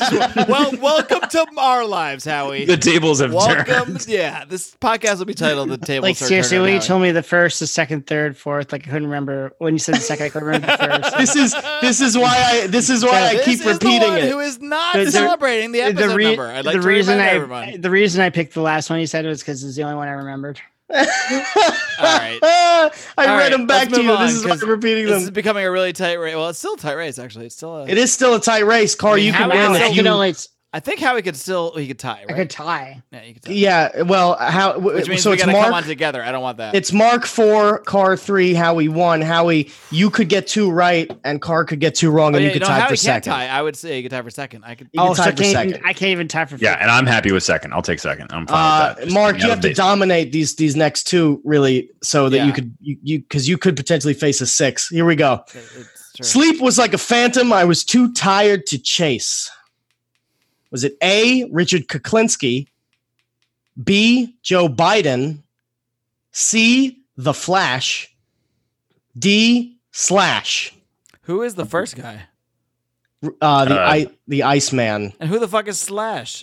is what- well, welcome to our lives, Howie. The tables have turned. welcome. Yeah, this podcast will be titled "The Table." like seriously, when you told me the first, the second, third, fourth, like I couldn't remember when you said the second, I couldn't remember the first. This is this is why I this is why I this keep is the repeating one it. Who is not The- the- celebrating the episode re- number? I'd like the to reason remind I everyone. the reason I picked the last one you said was because it's the only one I remembered. All right. Ah, I All read right, them back let's to move you. on, this is why 'cause I'm repeating This is them. becoming a really tight race. Well, it's still a tight race, actually. It's still. A, It is still a tight race, Car. You Wow, can win I if could you. only it's I think Howie could still he could tie. I Right? could tie. yeah, you could tie. Yeah. Well, how? Which means so we it's gotta come on Mark. together. I don't want that. It's Mark four, Car three, Howie one. Howie, you could get two right, and Car could get two wrong, Oh, and yeah, you could no, tie Howie for can't second. tie. I would say you could tie for second. I could. You can Oh, so tie I for can't even- second. I can't even tie for Yeah, first. and I'm happy with second. I'll take second. I'm fine Uh, with that. Just Mark, coming you out have of to base. dominate these these next two really, so that Yeah. you could you you because you could potentially face a six. Here we go. It's Hmm. true. Sleep was like a phantom. I was too tired to chase. Was it A. Richard Kuklinski, B. Joe Biden, C. The Flash, D. Slash, Who is the first guy? uh, the Uh, I, the Iceman, And who the fuck is Slash?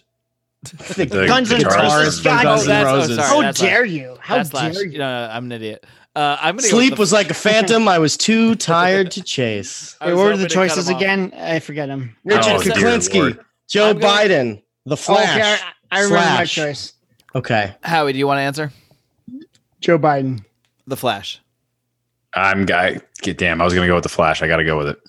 the, The Guns N' guitarist. Roses. God, from Guns that's- oh, N' Roses. sorry. How that's dare you? How That's Slash. dare you? No, no, I'm an idiot. Uh, I'm gonna go with Sleep the was like a phantom. I was too tired to chase. I Wait, was what were hoping the to cut choices him off. again? I forget them. Richard Oh, dear Kuklinski, Lord. Joe I'm Oh, going- Biden, The Flash. Okay, I, I remember my Slash. choice. Okay. Howie, do you want to answer? Joe Biden. The Flash. I'm guy. get- Damn, I was gonna go with the Flash. I gotta go with it.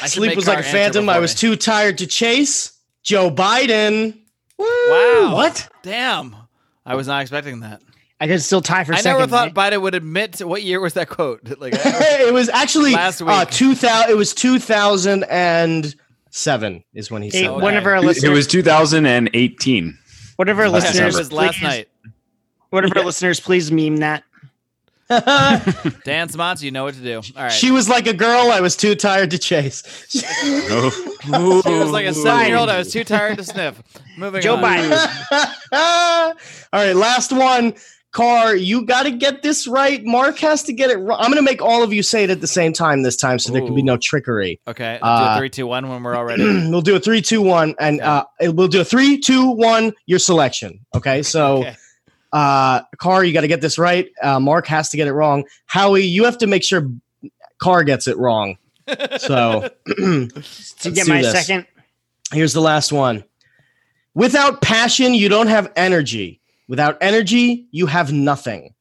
I should Sleep make was like a Carr answer phantom. I before was me. too tired to chase. Joe Biden. Woo! Wow. What? Damn. I was not expecting that. I could still tie for I second. never thought right? Biden would admit to what year was that quote? Like I- it was actually Last Uh, week. 2000 it was 2007 is when he Hey, said that. one of our It listeners, was 2018. one of our last it listeners, was last please- night. One of our listeners, please meme that. Dan Smons, you know what to do. All right. She was like a girl I was too tired to chase. Oh, She was like a seven year old. I was too tired to sniff. Moving Joe on. Biden. All right, last one. Car, you got to get this right. Mark has to get it wrong. I'm going to make all of you say it at the same time this time, so there can be Ooh. no trickery. Okay. I'll do a Uh, three, two, one when we're all ready. we'll do a three, two, one, and uh, it- we'll do a three, two, one. Your selection. Okay, so. Okay. Uh, Car, you got to get this right. Uh, Mark has to get it wrong. Howie, you have to make sure Car gets it wrong. So To Let's get do my this. second. Here's the last one. Without passion, you don't have energy. Without energy, you have nothing.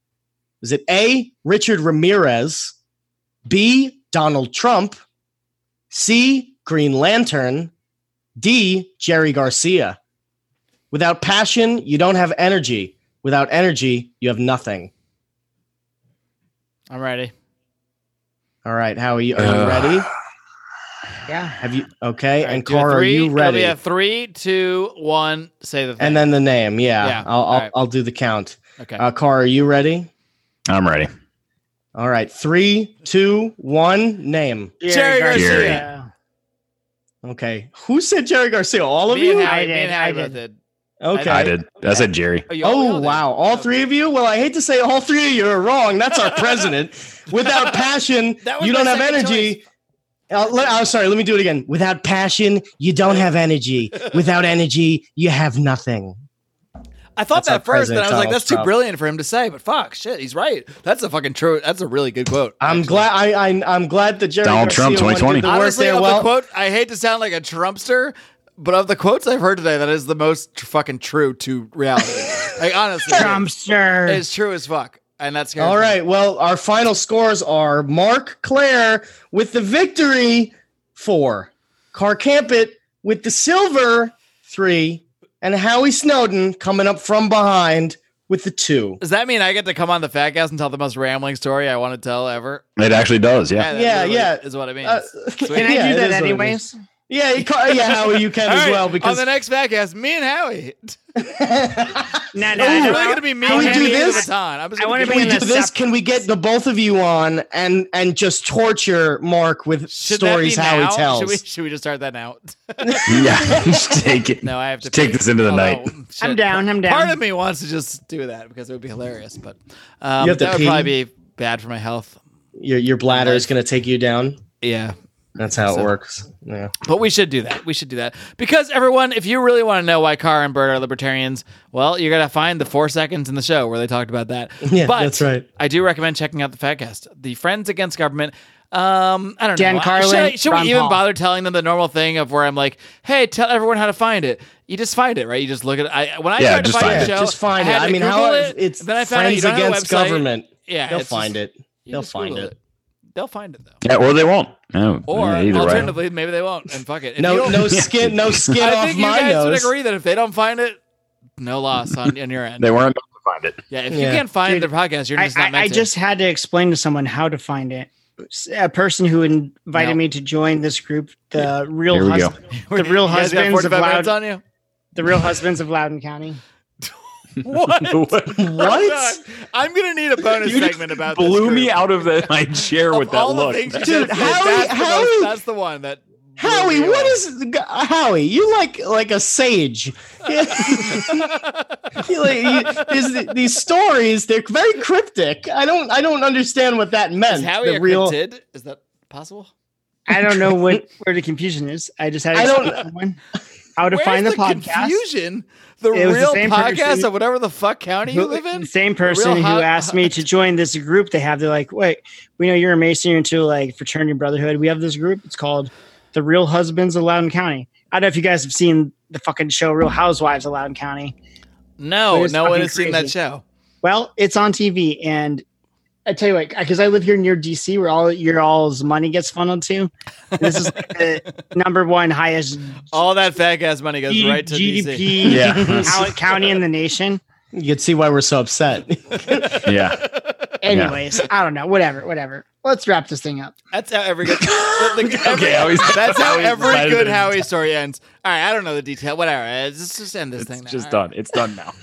Is it A, Richard Ramirez, B, Donald Trump, C, Green Lantern, D, Jerry Garcia? Without passion, you don't have energy. Without energy, you have nothing. I'm ready. All right, how are you? Are you Ugh. ready? Yeah. Have you okay? and Do a Cora, are three- you it'll ready? be a three, two, one. Say the thing. and then the name, yeah. Yeah, I'll I'll, all right. I'll do the count. Okay. Uh, Cora, are you ready? I'm ready. All right, three, two, one. Name. Jerry Garcia. Okay. Who said Jerry Garcia? All of Me you? and Howie, me and Howie both did. Okay. I did. I said Jerry. Oh wow! All three of you. Well, I hate to say all three of you are wrong. That's our president. Without passion, That was you my don't have second energy. Uh, let, oh, sorry. Let me do it again. Without passion, you don't have energy. Without energy, you have nothing. I thought That's our that first, and I was president, like, Donald "That's too Trump. brilliant for him to say." But fuck, shit, he's right. That's a fucking true. That's a really good quote. I'm glad. I, I I'm glad that Jerry Donald Garcia Trump, one did 2020. the work Honestly, there of well. the quote, I hate to sound like a Trumpster, but of the quotes I've heard today, that is the most tr- fucking true to reality. like honestly, Trumpster. It's true as fuck, and that's All right. Well, our final scores are Mark Claire with the victory, four. Car Campit with the silver, three. And Howie Snowden coming up from behind with the two. Does that mean I get to come on the fat guys and tell the most rambling story I want to tell ever? It actually does. Yeah. that Yeah, literally yeah. is what it means. Uh, Sweet. Can I Yeah, do it that is what it anyways? Yeah, you ca- yeah, Howie, you can All as right, well on because the next podcast, me and Howie. Nah, nah, It's I really know. going to be me Can we and do Howie and the this? baton. I'm just I gonna wanna give can we you- do the this? sep- Can we get the both of you on and and just torture Mark with Should that be stories Howie now? tells? Should we, should we just start that now? Yeah. Just take it. No, I have to Just take pee. this into the Although, night. shit, I'm down, I'm down. Part of me wants to just do that because it would be hilarious, but um, You have to that would pee? probably be bad for my health. your your bladder is going to take you down. Yeah. That's how So- it works. Yeah. But we should do that. We should do that. Because everyone, if you really want to know why Carr and Bird are libertarians, well, you're gonna find the four seconds in the show where they talked about that. Yeah, but that's right. I do recommend checking out the Fatcast. The Friends Against Government. Um, I don't Dan know. Carlin, should I, should Ron we even Paul. bother telling them the normal thing of where I'm like, hey, tell everyone how to find it? You just find it, right? You just look at it. I, when I Yeah, tried to just find, find the it. show, Just find I it. had I to mean, Google how it, it's then I found out you friends don't have a against website. government. Yeah, they'll it's find just- it. you They'll just find Google it. They'll find it though. Yeah, or they won't. No. Or yeah, either way. alternatively, maybe they won't. And fuck it. If you No, don't- no skin, no skin I off think you my guys nose. would agree that if they don't find it, no loss on, on your end. They weren't going to find it. yeah, if you Yeah. can't find Dude, the podcast, you're I, just not I, meant I to. just had to explain to someone how to find it. S- A person who invited No. me to join this group, the real Here we go. husband, the real You guys got husbands of 45 minutes on Loud, you. the real husbands of Loudon County. What? What? I'm gonna need a bonus You just segment about this Blew me group. out of the, my chair Of with that all the look. things you That- just Dude, said, Howie- that's, the most- Howie- that's the one that blew Howie, me what away. is g- Howie? You like like a sage. you like, you- there's th- these stories. They're very cryptic. I don't. I don't understand what that meant. is Howie the a real. cryptid? Is that possible? I don't know what where the confusion is. I just had to I don't- explain to someone how to Where's find the, the podcast. confusion? The It was the real same podcast person- of whatever the fuck county you live in? The same person who hot- asked me to join this group they have. They're like, wait, we know you're a Mason, you're into like fraternity brotherhood. We have this group. It's called The Real Husbands of Loudon County. I don't know if you guys have seen the fucking show Real Housewives of Loudon County. It No, was no one fucking has seen that crazy. show. Well, it's on TV, and I tell you what, because I live here near DC, where all your all's money gets funneled to. This is like the number one highest All that fat ass money goes G- right to DC. GDP Yeah. count- county in the nation. You can see why we're so upset. yeah. Anyways, I don't know. Whatever, whatever. Let's wrap this thing up. That's how every good. the- the- every- Okay, Howie's- that's how Howie's every decided good it. Howie story ends. All right, I don't know the detail. Whatever. Uh, Just, just end this It's thing. Now. just all right. done. It's done now.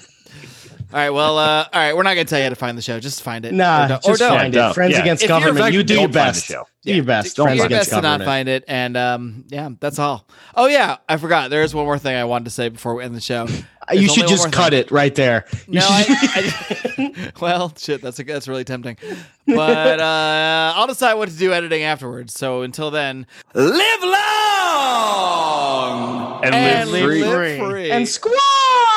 All right. Well. Uh, all right. We're not gonna tell you how to find the show. Just find it. Nah, Or don't. just or don't. find Don't. it. Friends Yeah. against If you're government. affected, You do don't your find the best. show. Do your best. Do Friends your best against to not government. find it, and um, yeah, that's all. Oh yeah, I forgot. There is one more thing I wanted to say before we end the show. There's you only should one just more cut thing. it right there. You No, should- I, I, well, shit, that's a, that's really tempting. But uh, I'll decide what to do editing afterwards. So until then, live long And, live free. live free. and squaw.